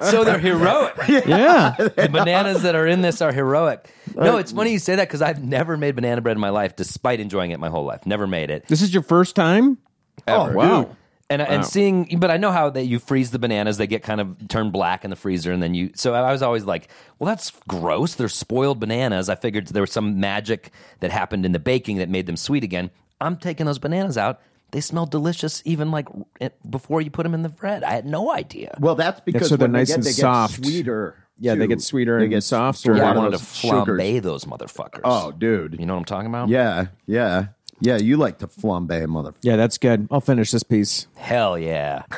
So they're heroic.
Yeah.
The bananas that are in this are heroic. No, it's funny you say that because I've never made banana bread in my life, despite enjoying it my whole life. Never made it.
this is your first time?
ever.
Oh, wow. Dude.
And, and seeing, but I know how that you freeze the bananas; they get kind of turn black in the freezer, and then you. So I was always like, "Well, that's gross. They're spoiled bananas." I figured there was some magic that happened in the baking that made them sweet again. I'm taking those bananas out; they smell delicious, even like it- before you put them in the bread. I had no idea.
well, that's because
so they're
when they
nice
get-
and
they get
soft.
sweeter.
Yeah, they
too.
get sweeter
They
and
get
softer.
a
Yeah, I
lot of
wanted to
those
flambe
sugars.
those motherfuckers.
Oh, dude.
you know what I'm talking about?
Yeah, yeah, yeah. You like to flambe, motherfucker.
Yeah, that's good. I'll finish this piece.
hell yeah.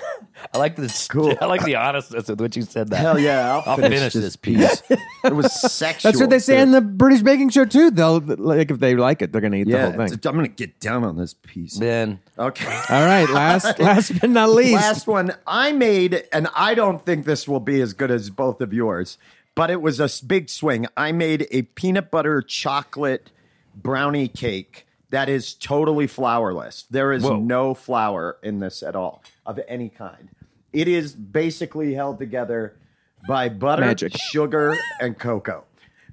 I like this.
Cool.
I like the honestness with which you said that.
Hell yeah! I'll,
I'll finish, this piece.
it was sexual.
That's what they say
too.
in the Oh, British baking show too. They'll like if they like it, they're gonna eat
Yeah,
the whole
it's-
thing.
I'm going to get down on this piece.
Then
Okay.
All right, last last but not least.
Last one I made, and I don't think this will be as good as both of yours, but it was a s- big swing. I made a peanut butter chocolate brownie cake that is totally flourless. There is no flour in this at all of any kind. It is basically held together by butter,
Magic.
sugar, and cocoa.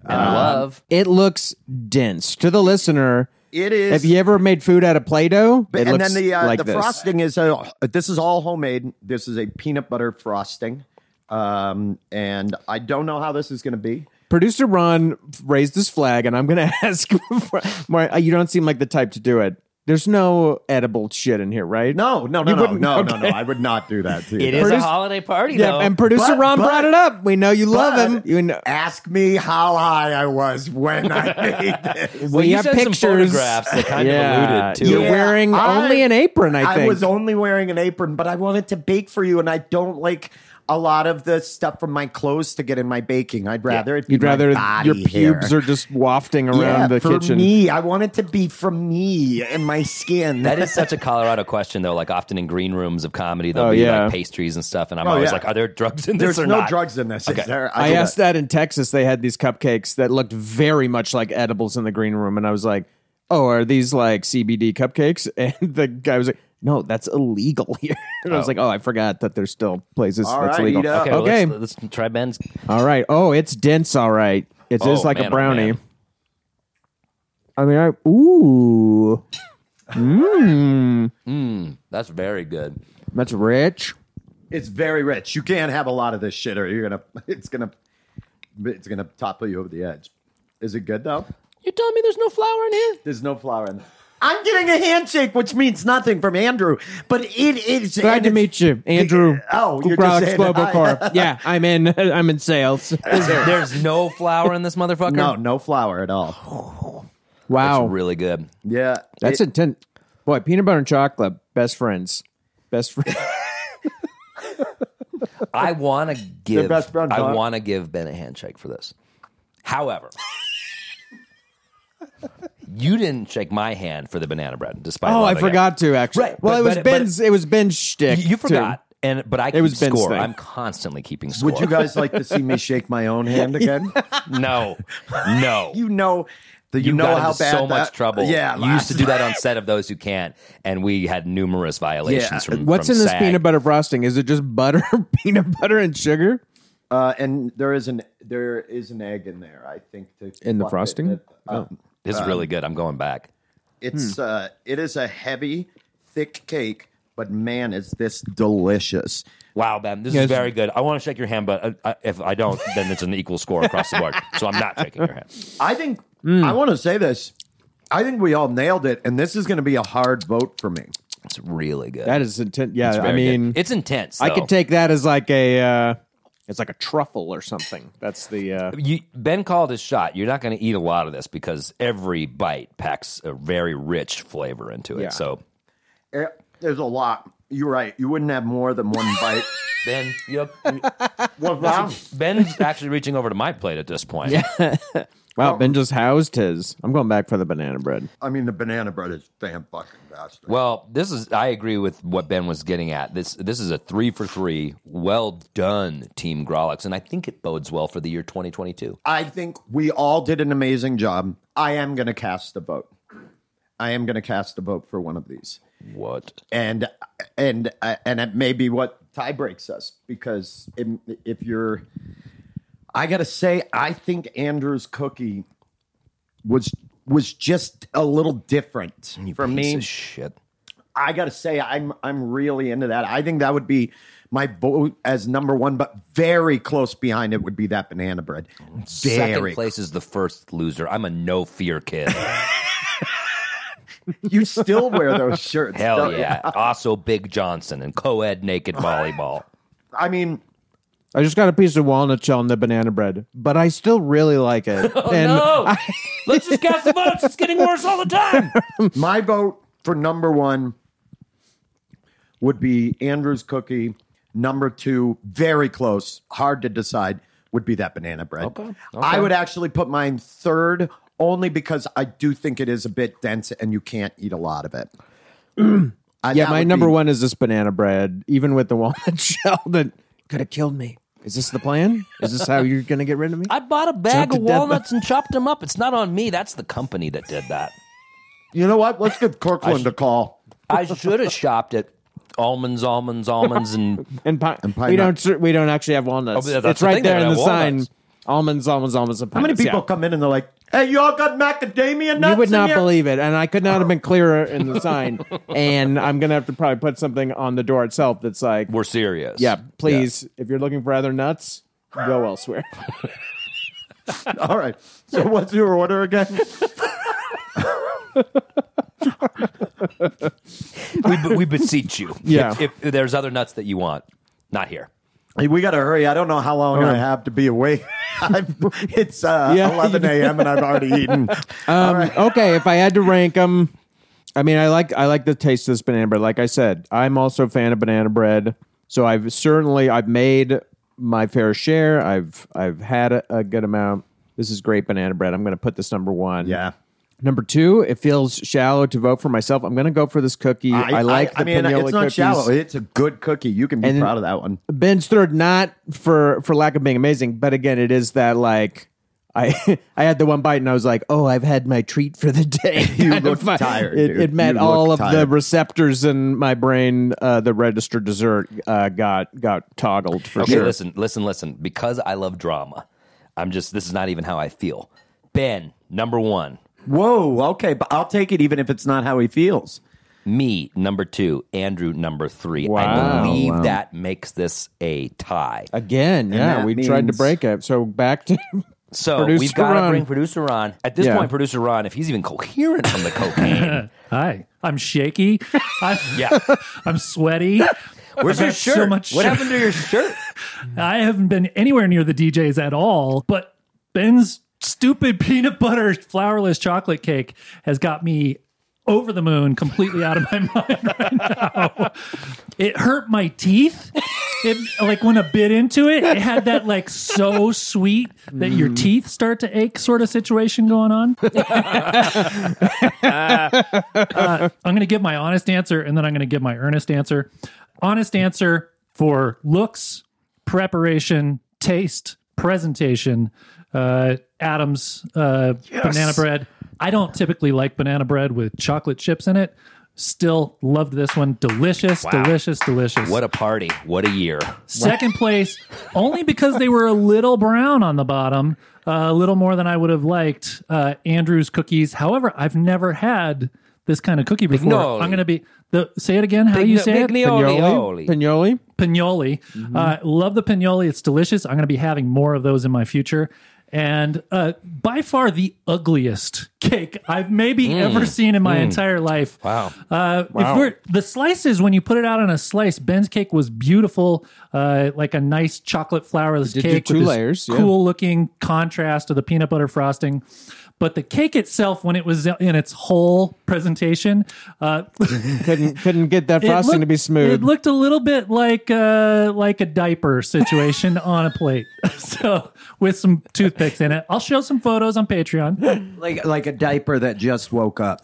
and love.
It looks dense. To the listener,
It is.
Have you ever made food out of Play-Doh?
But-
it
and
looks
then the uh,
like
the
this.
frosting is uh, this is all homemade. This is a peanut butter frosting, um, and I don't know how this is going to be.
Producer Ron raised his flag, and I'm going to ask. for- Mar- you don't seem like the type to do it. There's no edible shit in here, right?
No, no, no,
You
no,
wouldn't-
no, no,
okay.
no. I would not do that. To you.
It is
Produce-
a holiday party,
Yeah,
though.
and producer
But-
Ron
but-
brought it up. We know you love
but-
him. You know,
Ask me how high I was when I made this.
well,
we
you
have
sent
pictures.
some photographs that kind
yeah,
of alluded to
You're
it.
Yeah,
wearing
I-
only an apron, I think.
I was only wearing an apron, but I wanted to bake for you, and I don't like a lot of the stuff from my clothes to get in my baking. I'd rather it be
You'd
my
rather
body
your pubes
hair.
are just wafting around
yeah,
the
for
kitchen.
me. I want it to be from me and my skin.
That is such a Colorado question, though. Like often in green rooms of comedy, there'll
Oh,
be
yeah.
like pastries and stuff, and I'm
Oh,
always
yeah.
like, "Are there drugs in this
There's
or
no
not?"
drugs in this.
Okay.
Is there?
I
don't-
asked that in Texas. They had these cupcakes that looked very much like edibles in the green room, and I was like, "Oh, are these like CBD cupcakes?" And the guy was like, "No, that's illegal here." And I was like, "Oh, I forgot that there's still places
All
that's
right,
legal."
eat up.
Okay, well,
Okay.
Let's, let's try Ben's.
All right. Oh, it's dense. All right. It is
Oh,
like
man,
a
oh,
brownie.
man.
I mean, I ooh,
That's very good.
that's rich.
It's very rich. You can't have a lot of this shit, or you're gonna. It's gonna. It's gonna topple you over the edge. Is it good though?
You telling me there's no flour in here?
There's no flour in. I'm getting a handshake, which means nothing from Andrew, but it is.
Glad
and
to
it's-
meet you, Andrew.
Oh, you're
Kubrocks
just saying
Global
hi.
Corp. Yeah, I'm in. I'm in sales.
There's no flour in this motherfucker.
No, no flour at all.
Wow,
It's really good.
Yeah,
that's
it,
intense. Boy, peanut butter and chocolate, best friends, best friends.
I want to give.
best friend,
I
huh?
want to give Ben a handshake for this. However, you didn't shake my hand for the banana bread, despite.
Oh, I
loving it.
forgot to actually.
Right,
Well,
but-
it was
but- but-
Ben's. it was Ben's shtick.
You, you
too.
forgot, and but I keep
was Ben's
score.
thing.
I'm constantly keeping score.
Would you guys like to see me shake my own hand again?
No, no.
You know, the, you,
You
know
got
how
into
bad
so much
that-
trouble.
Yeah,
you used to
last-
do that on set of those who can't, and we had numerous violations
Yeah.
from.
What's
from
in this
SAG.
peanut butter frosting? Is it just butter, peanut butter, and sugar?
Uh, and there is an there is an egg in there. I think to
In the
fluff it.
frosting? Oh.
It, um,
It's really good. I'm going back.
It's uh, it is a heavy, thick cake, but man, is this delicious!
Wow, Ben, this is very good. I want to shake your hand, but uh, I, if I don't, then it's an equal score across the board. So I'm not shaking your hand.
I think I want to say this. I think we all nailed it, and this is going to be a hard vote for me.
It's really good.
That is intense. Yeah,
Very
I
good.
mean,
it's intense.
I
though.
could take that as like a, uh, it's like a truffle or something. That's the. Uh,
You, ben called his shot. You're not going to eat a lot of this because every bite packs a very rich flavor into it.
Yeah.
So,
Eh, There's a lot. You're right. You wouldn't have more than one bite.
Ben, yep.
What's wrong?
Ben's actually reaching over to my plate at this point. Yeah.
wow, Ben just housed his. I'm going back for the banana bread.
I mean, the banana bread is damn fucking bastard.
Well, this is I agree with what Ben was getting at. This this is a three for three. Well done, Team Grolix, and I think it bodes well for the year 2022.
I think we all did an amazing job. I am going to cast a vote. I am going to cast a vote for one of these,
What?
and and uh, and it may be what tie breaks us because if, if you're, I got to say, I think Andrew's cookie was was just a little different for
Piece
me.
of shit.
I gotta say, I'm I'm really into that. I think that would be my vote as number one, but very close behind it would be that banana bread. Very
Second place is the first loser. I'm a no fear kid.
You still wear those shirts?
Hell
don't you?
yeah. Also, Big Johnson and co ed naked volleyball.
I mean,
I just got a piece of walnut shell in the banana bread, but I still really like it.
Oh,
and I-
Let's just cast the votes. It's getting worse all the time.
my vote for number one would be Andrew's cookie. Number two, very close, hard to decide, would be that banana bread. I would actually put mine third only because I do think it is a bit dense and you can't eat a lot of it. I-
yeah,
that
my
would
number
be-
one is this banana bread, even with the walnut shell that could have killed me. Is this the plan? Is this how you're going to get rid of me?
I bought a bag
Chopped
of
it down.
walnuts and chopped them up. It's not on me. That's the company that did that.
You know what? Let's give Kirkland a call.
I should have shopped at almonds, almonds, almonds, and
and, pi-
pine nut.
we don't ser- we don't actually have walnuts.
Oh, but that's
it's
the
right
thing,
there
they
in
don't
the
have
sign.
walnuts.
Almonds, almonds, almonds, and
How
pine
many
nuts,
people
yeah.
come in and they're like, Hey, y'all got macadamia nuts
you would
in
not
here?
believe it, and I could not have been clearer in the sign. And I'm gonna have to probably put something on the door itself that's like,
We're serious.
yeah, please, if you're looking for other nuts, go elsewhere.
All right. So what's your order again?
We, be- we beseech you.
Yeah.
If, if there's other nuts that you want, not here.
Hey, we got to hurry. I don't know how long I have to be awake. I've, it's uh,
Yeah.
11 a.m. and I've already eaten.
Um, okay, if I had to rank them, I mean, I like I like the taste of this banana bread. Like I said, I'm also a fan of banana bread. So I've certainly I've made my fair share. I've I've had a, a good amount. This is great banana bread. I'm going to put this number one.
Yeah.
Number two, it feels shallow to vote for myself. I'm going to go for this cookie. I, like.
I
the
mean,
Pignoli
it's not
cookies.
shallow. It's a good cookie. You can be
And-
proud of that one.
Ben's third, not for for lack of being amazing, but again, it is that like I I had the one bite and I was like, oh, I've had my treat for the day.
You
Kind of
looked
my-
tired,
It,
dude.
it met
You
all of
looked
the
tired.
receptors in my brain. Uh, the registered dessert uh, got got toggled for
Okay,
sure.
listen, listen, listen. Because I love drama, I'm just, this is not even how I feel. Ben, number one.
Whoa. Okay. But I'll take it even if it's not how he feels.
Me, number two. Andrew, number three. I
Wow.
believe that makes this a tie.
Again, yeah,
that
we tried to
means-
break it. So back to
So
Producer
we've got to
Ron.
bring producer Ron. At this
Yeah.
point, producer Ron, if he's even coherent from the cocaine,
Hi, I'm shaky. I'm,
yeah.
I'm sweaty.
Where's
I've
your
got so
shirt?
much
what
shirt.
happened to your shirt?
I haven't been anywhere near the DJs at all, but Ben's stupid peanut butter flourless chocolate cake has got me over the moon, completely out of my mind right now. It hurt my teeth. It like when I bit into it, it had that like so sweet that
Mm.
your teeth start to ache sort of situation going on. Uh, I'm going to give my honest answer and then I'm going to give my earnest answer. Honest answer for looks, preparation, taste, presentation. Uh, Adam's uh, banana bread. I don't typically like banana bread with chocolate chips in it. Still loved this one. Delicious, delicious, delicious.
What a party. What a year.
Second place, only because they were a little brown on the bottom, uh, a little more than I would have liked. Uh, Andrew's cookies. However, I've never had this kind of cookie before.
Pignoli.
I'm going to be the say it again. How do you say it?
Pignoli. Pignoli.
Pignoli.
Mm-hmm.
Uh, love the pignoli. It's delicious. I'm going to be having more of those in my future. And uh, by far the ugliest cake I've maybe
Mm.
ever seen in my entire life. Wow. Uh, If we're, the slices, when you put it out on a slice, Ben's cake was beautiful, uh, like a nice chocolate flourless
did do
cake
two
with this
layers, yeah.
cool looking contrast to the peanut butter frosting. But the cake itself, when it was in its whole presentation, uh,
Couldn't couldn't get that
it
frosting to
looked-
be smooth.
It looked a little bit like uh like a diaper situation on a plate. So with some toothpicks in it. I'll show some photos on Patreon.
Like like a diaper that just woke up.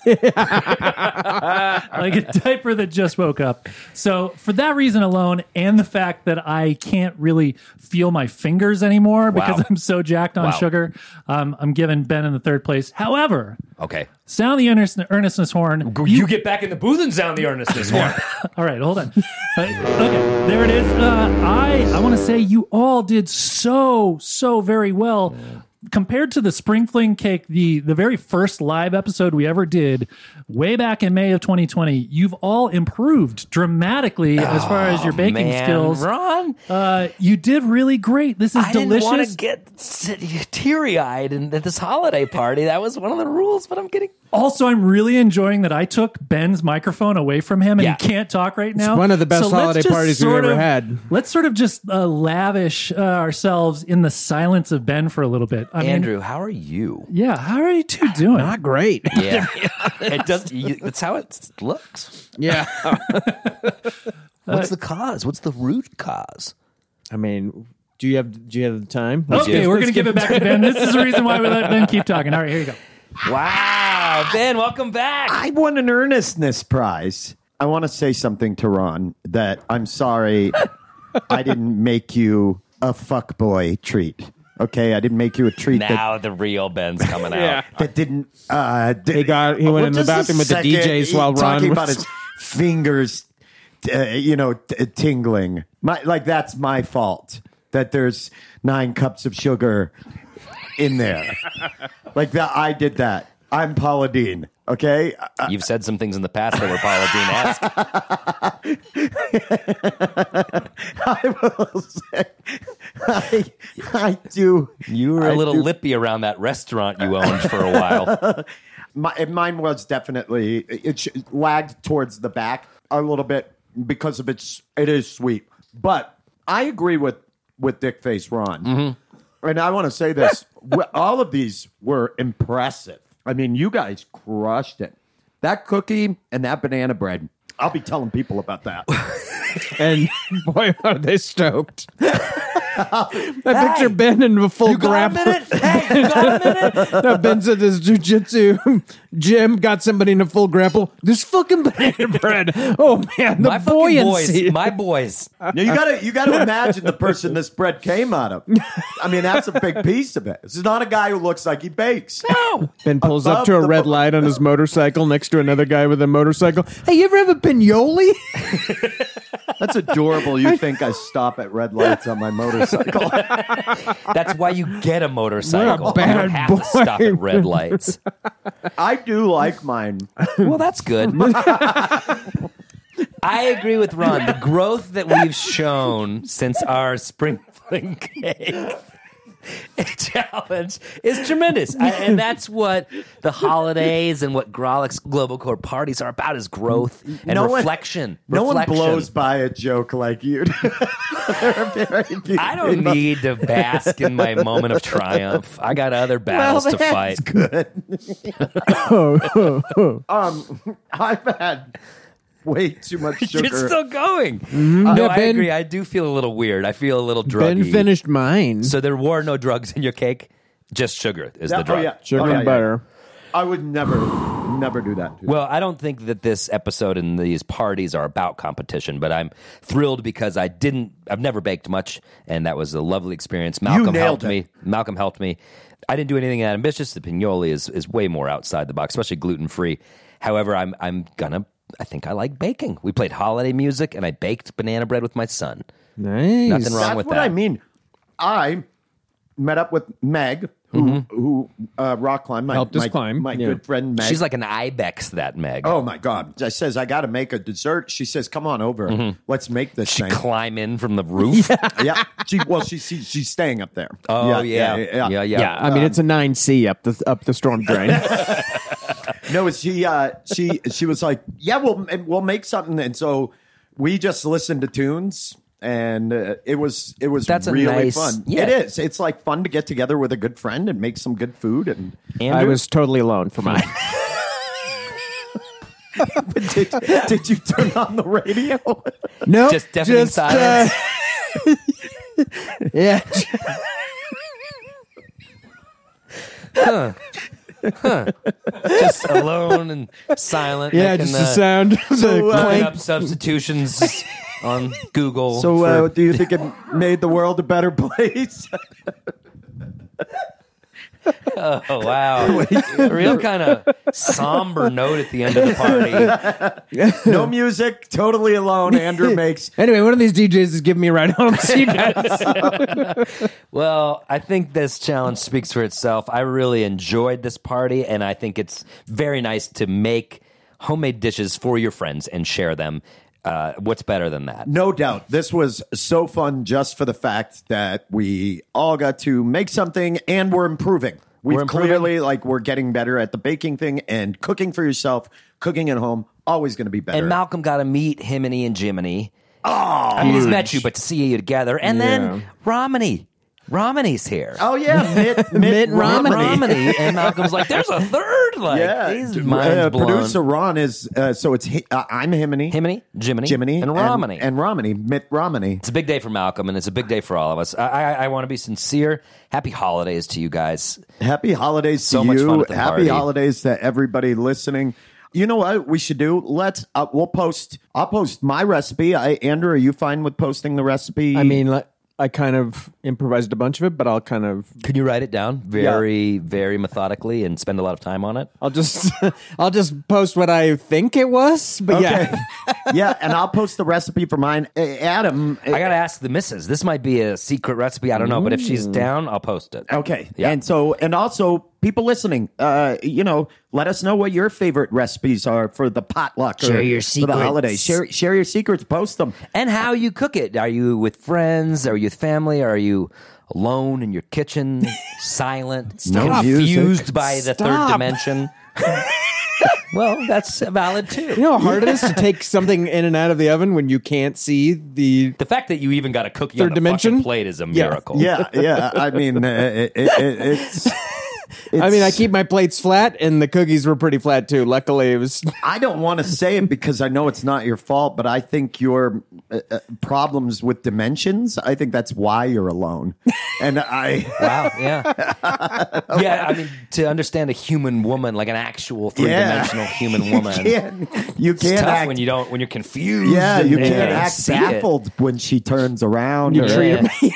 Like a diaper that just woke up. So for that reason alone and the fact that I can't really feel my fingers anymore because I'm so jacked on
Wow.
sugar, um, I'm giving Ben in the third place. However,
Okay.
sound the earnest- earnestness horn.
You get back in the booth and sound the earnestness horn.
All right, hold on. Uh, okay, there it is. Uh, I I want to say you all did so so very well compared to the spring fling cake, the the very first live episode we ever did, way back in May of 2020. You've all improved dramatically as far as your baking
Oh, Man,
skills.
Ron,
Uh, you did really great. This is
I didn't want
delicious.
to get teary eyed at this holiday party. That was one of the rules, but I'm getting.
also, I'm really enjoying that I took Ben's microphone away from him and
Yeah.
he can't talk right now.
one of the best
let's
holiday
just
parties we've
sort
ever
of-
had.
Let's sort of just uh, lavish uh, ourselves in the silence of Ben for a little bit. I mean,
Andrew, how are you?
yeah, how are you two doing?
not great.
Yeah. it does. You, that's how it looks.
yeah.
What's the cause? What's the root cause?
I mean, do you have do you have the time?
Oh,
okay, we're gonna give it back to Ben. This is the reason why we let Ben keep talking. All right, here you go.
Wow. Ben, welcome back.
I won an earnestness prize. I want to say something to Ron that I'm sorry I didn't make you a fuckboy treat. Okay, I didn't make you a treat that,
now the real Ben's coming out.
that didn't. Uh, did,
He got- he went in the
just a
bathroom with the
second,
DJs while Ron
talking about
was-
his fingers, uh, you know, t- tingling. My like that's my fault that there's nine cups of sugar in there. Like that, I did that. I'm Paula Dean. Okay, I-
You've said some things in the past that were Paula Dean esque.
I will say, I, I do.
You were a
I
little
do-
lippy around that restaurant you owned for a while.
My, and mine was definitely it sh- lagged towards the back a little bit because of its. It is sweet, but I agree with with Dick Face Ron, and I want to say this: Wh- all of these were impressive. I mean, you guys crushed it. That cookie and that banana bread. I'll be telling people about that.
and boy, are they stoked. I picture Ben in a full grapple.
Hey, you got a minute?
No, Ben's at this jujitsu gym, got somebody in a full grapple. This fucking banana bread. Oh man, the
My fucking
buoyancy.
boys. My boys.
Now you gotta you gotta imagine the person this bread came out of. I mean, that's a big piece of it. This is not a guy who looks like he bakes.
ben pulls
Above
up to a
the
red
bu-
light on his motorcycle next to another guy with a motorcycle. Hey, you ever have a pinoli?
That's adorable. You think I stop at red lights on my motorcycle?
That's why you get a motorcycle.
We're a bad
you don't have
boy.
to stop at red lights.
I do like mine.
Well, that's good. I agree with Ron. The growth that we've shown since our spring fling cake challenge is tremendous, I, and that's what the holidays and what Grolix Global Core parties are about: is growth and
No one-
reflection.
No one
Reflection.
blows by a joke like you. do. There are very few
I don't
people.
need to bask in my moment of triumph. I got other battles to
that's
fight.
Um, I've had way too much sugar.
It's still going.
Mm-hmm.
No,
Yeah,
I
Ben-
agree. I do feel a little weird. I feel a little druggy.
Ben finished mine.
So there were no drugs in your cake, just sugar is
Yeah,
the drug.
oh, yeah.
Sugar
Oh, yeah,
and
yeah.
butter.
I would never, never do that.
Well, I don't think that this episode and these parties are about competition, but I'm thrilled because I didn't. I've never baked much, and that was a lovely experience. Malcolm
nailed
helped me. Malcolm helped me. I didn't do anything that ambitious. The pinoli is is way more outside the box, especially gluten free. However, I'm I'm gonna. I think I like baking. We played holiday music, and I baked banana bread with my son.
Nice.
Nothing wrong
That's
with
what
that.
I mean. I met up with Meg, who
Mm-hmm.
who uh, rock climbed. My,
Helped us
my-
climb,
My
yeah.
good friend Meg.
She's like an ibex. That Meg.
oh my god! I says I got to make a dessert. She says, "Come on over. Let's make this
She
thing."
climb in from the roof.
yeah. She well, she, she she's staying up there.
Oh yeah, yeah, yeah. Um,
Yeah, I mean it's a nine C up the up the storm drain.
No, she uh, she she was like, "Yeah, we'll we'll make something." And so we just listened to tunes. And uh, it was it was
That's a
really
nice-
fun.
yeah.
It is. It's like fun to get together with a good friend and make some good food and
I was totally alone for mine.
did, did you turn on the radio?
No,
Just deafening silence.
uh, yeah,
just alone and silent.
yeah,
making
just
the
the sound. of the
So, uh,
looking
clank.
up substitutions on Google.
So,
for-
uh, do you think it made the world a better place?
oh wow, a real kind of somber note at the end of the party.
no music, totally alone. Andrew makes.
Anyway, one of these DJs is giving me a ride home. See you guys.
Well, I think this challenge speaks for itself. I really enjoyed this party, and I think it's very nice to make homemade dishes for your friends and share them. Uh, what's better than that?
No doubt, this was so fun just for the fact that we all got to make something and we're improving. We've
We're improving.
clearly like we're getting better at the baking thing and cooking for yourself, cooking at home. Always going to be better.
And Malcolm got to meet Himiny and Jiminy. Oh, I mean, he's met you, but to see you together, and then Romney, Romney's here.
oh yeah, Mitt,
Mitt Romney.
Romney, and Malcolm's like, "There's a third. Like,
Yeah,
these
d-
minds
uh,
blown.
producer Ron is uh, so it's hi- uh, I'm Himini,
Himini, Jiminy,
Jiminy,
and Romney.
and, and Romney, Mitt Romney.
it's a big day for Malcolm, and it's a big day for all of us. I, I, I want to be sincere. Happy holidays to you guys.
Happy holidays
So
to
much
you.
fun at the
Happy
party.
holidays to everybody listening. You know what we should do? Let's uh, we'll post. I'll post my recipe. I Andrew, are you fine with posting the recipe?
I mean, like, I kind of improvised a bunch of it, but I'll kind of,
Can you write it down very, very methodically and spend a lot of time on it?
I'll just, I'll just post what I think it was. But yeah,
yeah, and I'll post the recipe for mine. Uh, Adam,
I gotta ask the missus. This might be a secret recipe. I don't know, but if she's down, I'll post it.
eh, Okay.
Yeah.
And so, and also, people listening, uh, you know, let us know what your favorite recipes are for the potluck or
Share your
for the holiday. Share,
secrets.
share your secrets. Post them.
And how you cook it? Are you with friends? Are you with family? Are you alone in your kitchen, silent, confused
music.
by the third dimension? well, that's valid too.
You know how hard it is to take something in and out of the oven when you can't see the.
the fact that you even got a cookie on
Third
a
dimension?
fucking plate is a
Yeah.
miracle.
Yeah. Yeah. I mean, uh, it, it, it, it's,
I mean, I
it's-
keep my plates flat, and the cookies were pretty flat too. Luckily, it was.
I don't want to say it because I know it's not your fault, but I think your uh, uh, problems with dimensions, I think that's why you're alone. And I.
Wow. Yeah. yeah. I mean, to understand a human woman, like an actual three-dimensional human woman,
You can't, you
it's
can't
tough
act,
when you don't when you're confused.
yeah, you
and
can't
you
act
see it.
baffled when she turns around. or-
Yeah.
She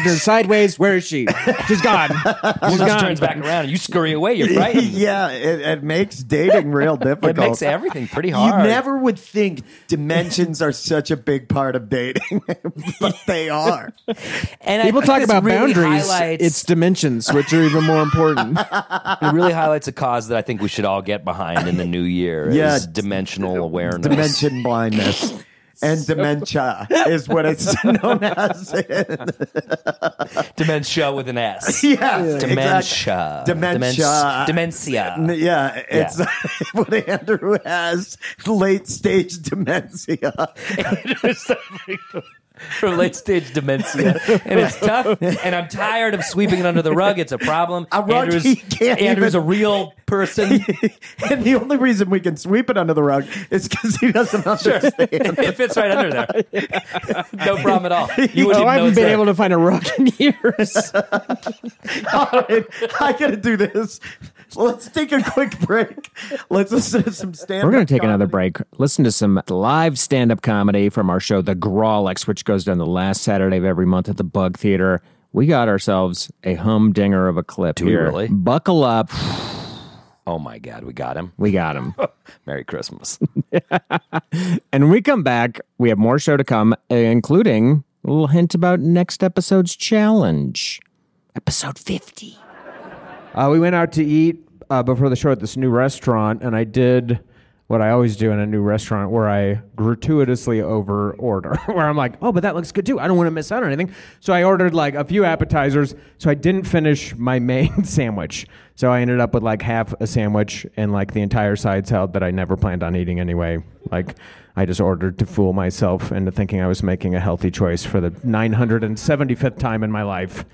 turned sideways. Where is she? She's gone. She's
She
gone.
turns back around and you scurry away. You're frightened.
yeah, it, it makes dating real difficult.
It makes everything pretty
you
hard.
never would think dimensions are such a big part of dating, but they are.
and I
People
think
talk
this
about
really
boundaries.
Highlights,
It's dimensions, which are even more important.
it really highlights a cause that I think we should all get behind in the new year.
Yeah.
is dimensional awareness.
Dimension blindness and dementia is what it's known as.
dementia with an S.
yeah,
Dementia.
exactly. Dementia.
Demen- Dementia.
Yeah, it's what Andrew has late stage dementia.
from late stage dementia, and it's tough. And I'm tired of sweeping it under the rug. It's a problem.
A rug
Andrew's,
he can't
Andrew's
even-
a real person.
and the only reason we can sweep it under the rug is because he doesn't understand.
it fits right under there. no problem at all.
Oh,
You
I
wouldn't even know
haven't been
there.
able to find a rug in years.
All right, I gotta do this. Let's take a quick break. Let's listen to some stand.
We're going to take another break. Listen to some live stand up comedy from our show, The Grawlix, which goes down the last Saturday of every month at the Bug Theater. We got ourselves a humdinger of a clip
we
here.
really?
Buckle up.
Oh my God, we got him.
We got him.
Merry Christmas.
and when we come back, we have more show to come, uh, including a little hint about next episode's challenge, episode 50.
Uh, we went out to eat uh, before the show at this new restaurant, and I did what I always do in a new restaurant, where I gratuitously over order. where I'm like, "Oh, but that looks good too. I don't want to miss out on anything." So I ordered like a few appetizers. So I didn't finish my main sandwich. So I ended up with like half a sandwich and like the entire side salad that I never planned on eating anyway. Like I just ordered to fool myself into thinking I was making a healthy choice for the 975th time in my life.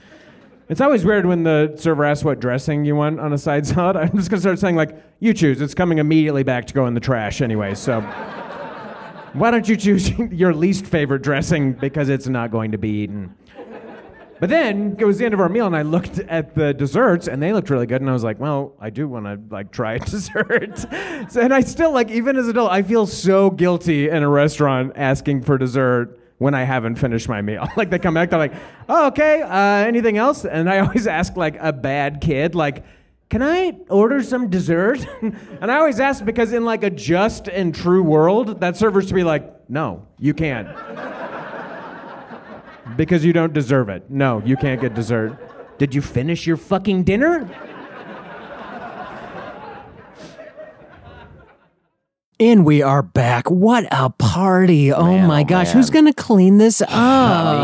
It's always weird when the server asks what dressing you want on a side salad. I'm just gonna start saying like, "You choose." It's coming immediately back to go in the trash anyway. So, why don't you choose your least favorite dressing because it's not going to be eaten? But then it was the end of our meal, and I looked at the desserts, and they looked really good, and I was like, "Well, I do want to like try a dessert." so, and I still like, even as an adult, I feel so guilty in a restaurant asking for dessert when I haven't finished my meal. like they come back, they're like, "Oh, okay, uh, anything else?" And I always ask like a bad kid, like. Can I order some dessert? and I always ask because in like a just and true world, that server should be like, "No, you can't." Because you don't deserve it. No, you can't get dessert. Did you finish your fucking dinner?
And we are back. What a party. oh my gosh. Who's going to clean this up?
Me,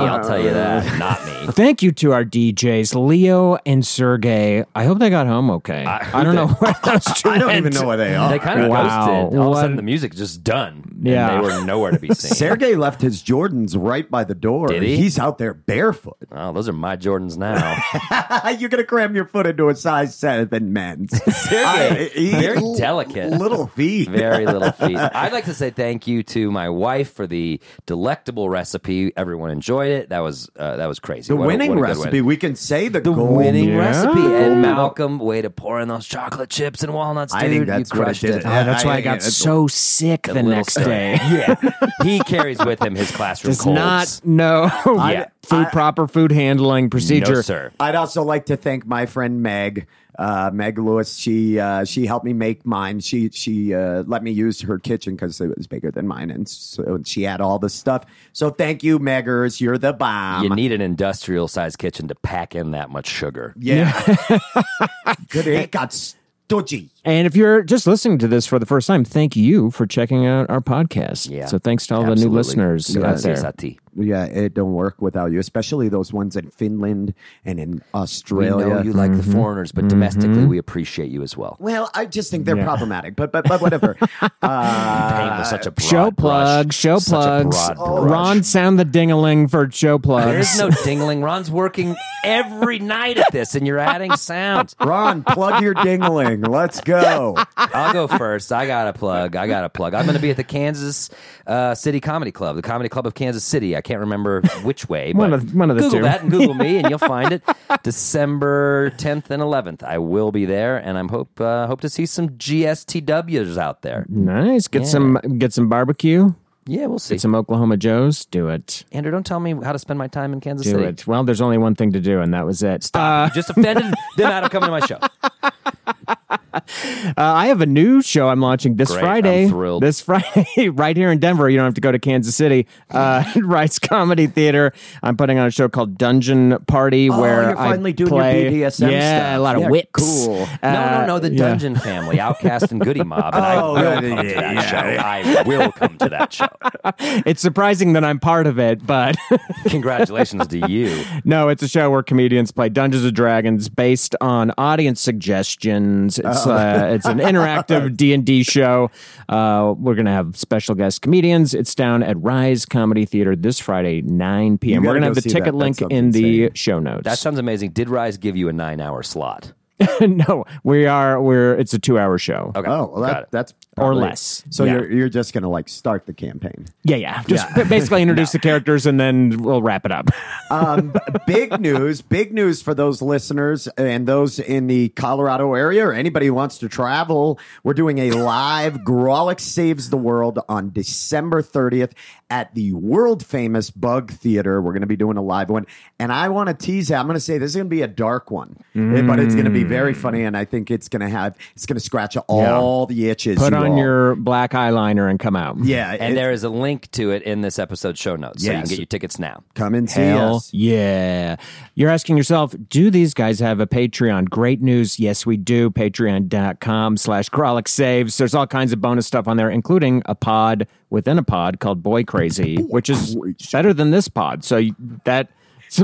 I'll tell you that. Not me.
Thank you to our DJs, Leo and Sergey. I hope they got home okay. I, don't know where those two
I don't
went.
even know where they are.
They kind of
Wow.
ghosted. All of a sudden,
What-
the music's just done.
Yeah.
and they were nowhere to be seen.
Sergey left his Jordans right by the door.
Did he?
He's out there barefoot.
Oh, those are my Jordans now.
You're gonna cram your foot into a size seven men's. I- he-
very
l-
delicate.
Little feet.
Very little feet. I'd like to say thank you to my wife for the delectable recipe. Everyone enjoyed it. That was uh, that was crazy.
the
What a-
winning
what a good
recipe.
win.
We can say the,
The
gold.
winning
Yeah.
recipe. And Malcolm, way to pour in those chocolate chips and walnuts, dude.
I think that's
you
what it
crushed
did.
it.
I-
That's why I
I-
got
it's-
so sick the
little
next
stuff.
day.
Yeah, he carries with him his classroom
Does
colds.
not know
Yeah.
food proper food handling procedure.
no, sir.
I'd also like to thank my friend Meg, uh, Meg Lewis. She uh, she helped me make mine. She she uh, let me use her kitchen because it was bigger than mine, and so she had all the stuff. So thank you, Meggers. You're the bomb.
You need an industrial sized kitchen to pack in that much sugar.
yeah. Good. It got stodgy.
And if you're just listening to this for the first time, thank you for checking out our podcast.
Yeah.
So thanks to all the new
Absolutely.
listeners out
Gracias
there.
a ti.
Yeah, it don't work without you, especially those ones in Finland and in
We
Australia.
know you like the
Mm-hmm.
foreigners, but domestically, we appreciate you as well.
well, I just think they're problematic, but but but whatever. uh,
Paint with such a broad
Show
brush.
plug, show
Such a
plugs. Oh,
broad brush.
Ron, sound the ding-a-ling for show
There
plugs.
is Oh, no dingling. Ron's working every night at this, and you're adding sounds.
Ron, plug your dingling. Let's go.
I'll go first. I got a plug. I got a plug. I'm going to be at the Kansas uh, City Comedy Club, the Comedy Club of Kansas City. I can't remember which way.
One
but
of- one of the
Google
two.
that and Google me, and you'll find it. December 10th and 11th, I will be there, and I'm hope uh, hope to see some GSTWs out there.
nice. Get some get some barbecue.
Yeah, we'll see.
Get some Oklahoma Joes. Do it.
Andrew, don't tell me how to spend my time in Kansas
Do
City.
it. Well, there's only one thing to do, and that was it. Uh,
You just offended them out of coming to my show.
Uh, I have a new show I'm launching this
Great, I'm
Friday.
thrilled.
This Friday, right here in Denver. You don't have to go to Kansas City. Uh, Rice Comedy Theater. I'm putting on a show called Dungeon Party,
Oh,
where
you're finally
I
doing your
play,
BDSM
yeah,
stuff.
a lot of
Yeah,
whips.
cool.
no, no, no. The
Uh, yeah.
Dungeon Family, Outcast and Goody Mob. And
Oh,
I will
yeah,
come to
yeah,
that
yeah,
show. I will come to that show.
It's surprising that I'm part of it, but
Congratulations to you.
no, it's a show where comedians play Dungeons and Dragons based on audience suggestions. It's uh, it's an interactive D and D show. Uh, we're gonna have special guest comedians. It's down at Rise Comedy Theater this Friday, nine p.m.
You
We're
gotta
gonna
go
have the
see that.
ticket
That
link
sounds
in the
insane.
show notes.
That sounds amazing. Did Rise give you a nine-hour slot?
no, we are we're it's a two hour show
Okay.
Oh, well,
Got
that,
it.
that's
or
probably-
less.
So
yeah.
you're you're just gonna like start the campaign.
yeah, yeah. Just b- basically introduce the characters and then we'll wrap it up.
Um, b- big news, big news for those listeners and those in the Colorado area or anybody who wants to travel. We're doing a live Grolic Saves the World on December 30th at the world famous Bug Theater. We're going to be doing a live one, and I want to tease out. I'm going to say this is going to be a dark one, eh, but it's going to be
Mm.
very funny, and I think it's going to have it's going to scratch all the itches.
Put
you
on
all-
your black eyeliner and come out.
yeah,
And
it-
there is a link to it in this episode's show notes, so you can
Yes.
get your tickets now.
come and see
Hell
us.
yeah. You're asking yourself, do these guys have a Patreon? Great news. Yes, we do. Patreon.com slash Kralik Saves. There's all kinds of bonus stuff on there, including a pod within a pod called Boy Crazy, which is better than this pod. So you- that.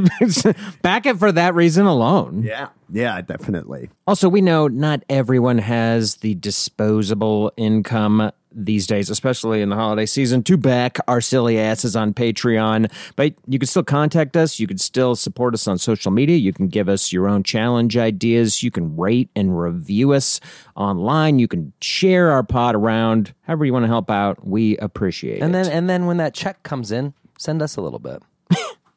back it for that reason alone.
Yeah, yeah, definitely.
Also, we know not everyone has the disposable income these days, especially in the holiday season, to back our silly asses on Patreon. But you can still contact us. You can still support us on social media. You can give us your own challenge ideas. You can rate and review us online. You can share our pod around. However, you want to help out, we appreciate
And
it.
then, and then when that check comes in, send us a little bit.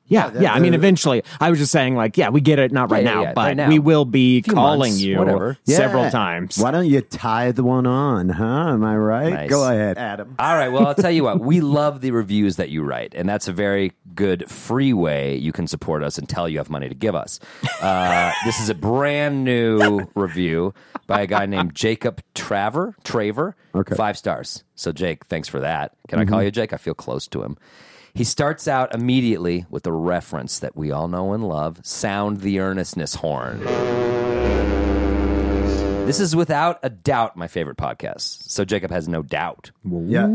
yeah, yeah. I mean, eventually, I was just saying, like, yeah, we get it, not right
yeah,
now,
yeah,
but
right now.
we will be
Few
calling
months,
you
whatever.
several
Yeah.
times.
Why don't you tie the one on, huh? Am I right?
Nice.
Go ahead, Adam.
All right. Well, I'll tell you what. We love the reviews that you write, and that's a very good free way you can support us until you have money to give us. Uh, this is a brand new review by a guy named Jacob Traver. Traver.
Okay.
Five stars. So, Jake, thanks for that. Can I call you Jake? I feel close to him. He starts out immediately with a reference that we all know and love: "Sound the earnestness horn." This is without a doubt my favorite podcast. So Jacob has no doubt.
Yeah.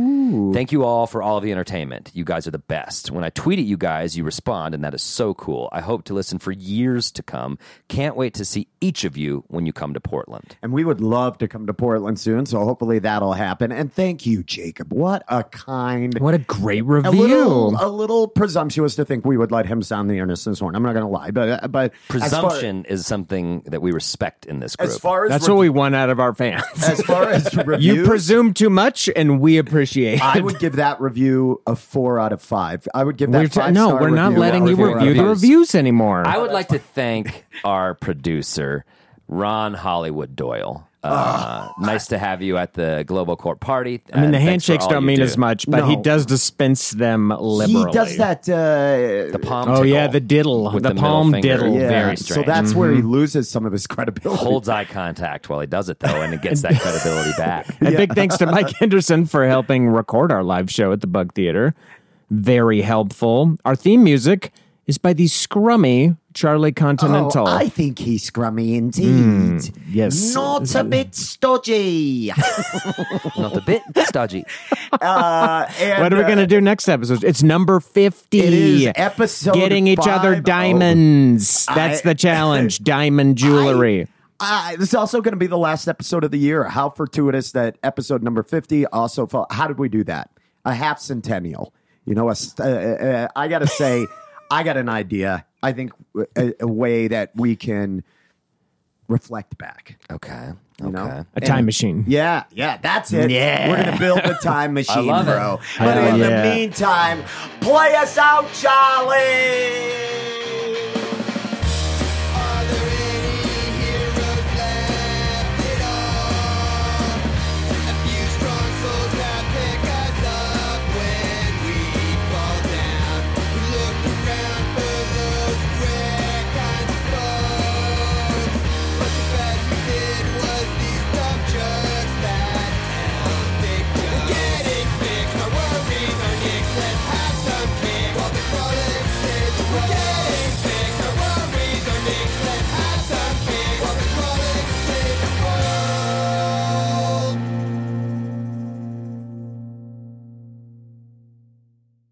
Thank you all for all of the entertainment. You guys are the best. When I tweet at you guys, you respond, and that is so cool. I hope to listen for years to come. Can't wait to see each of you when you come to Portland.
And we would love to come to Portland soon, so hopefully that'll happen. And thank you, Jacob. What a kind
What a great
a
review.
little, a little presumptuous to think we would let him sound the earnestness horn. I'm not going to lie, but uh, but as far-
Presumption is something that we respect in this group.
As far as
That's
re-
what we want out of our fans.
As far as reviews,
You presume too much, and we appreciate.
I would give that review a four out of five. I would give that.
We're
five
no,
star
we're not
review
letting
a
you
four out
review
of
the
five.
reviews anymore.
I would like to thank our producer, Ron Hollywood Doyle. Uh, nice to have you at the Global Court party.
I mean, the handshakes don't mean as much, but he
No.
does dispense them liberally.
He does that. Uh,
The palm.
Oh yeah, the
tickle
diddle,
with
the,
middle
palm
finger.
diddle.
yeah.
Very
so
strange.
that's where he
Mm-hmm.
loses some of his credibility.
holds eye contact while he does it though, and it gets that credibility back.
And big thanks to Mike Henderson for helping record our live show at the Bug Theater. Very helpful. Our theme music is by the scrummy Charlie Continental.
Oh, I think he's scrummy indeed.
Hmm, yes.
Not a bit stodgy.
Not a bit stodgy.
uh, and,
what are we
uh,
going to do next episode? It's number 50.
It is episode
Getting each other
50.
diamonds. That's
I-
the challenge. Diamond jewelry.
Uh, this is also going to be the last episode of the year. How fortuitous that episode number 50 also fell. How did we do that? A half centennial. You know, a st- uh, uh, I got to say, I got an idea. I think a, a way that we can reflect back.
Okay.
You know?
Okay.
a time machine.
Yeah, yeah, that's it. Yeah. We're going to build the time machine,
love it.
bro. But
love
in
it.
the meantime, play us out, Charlie.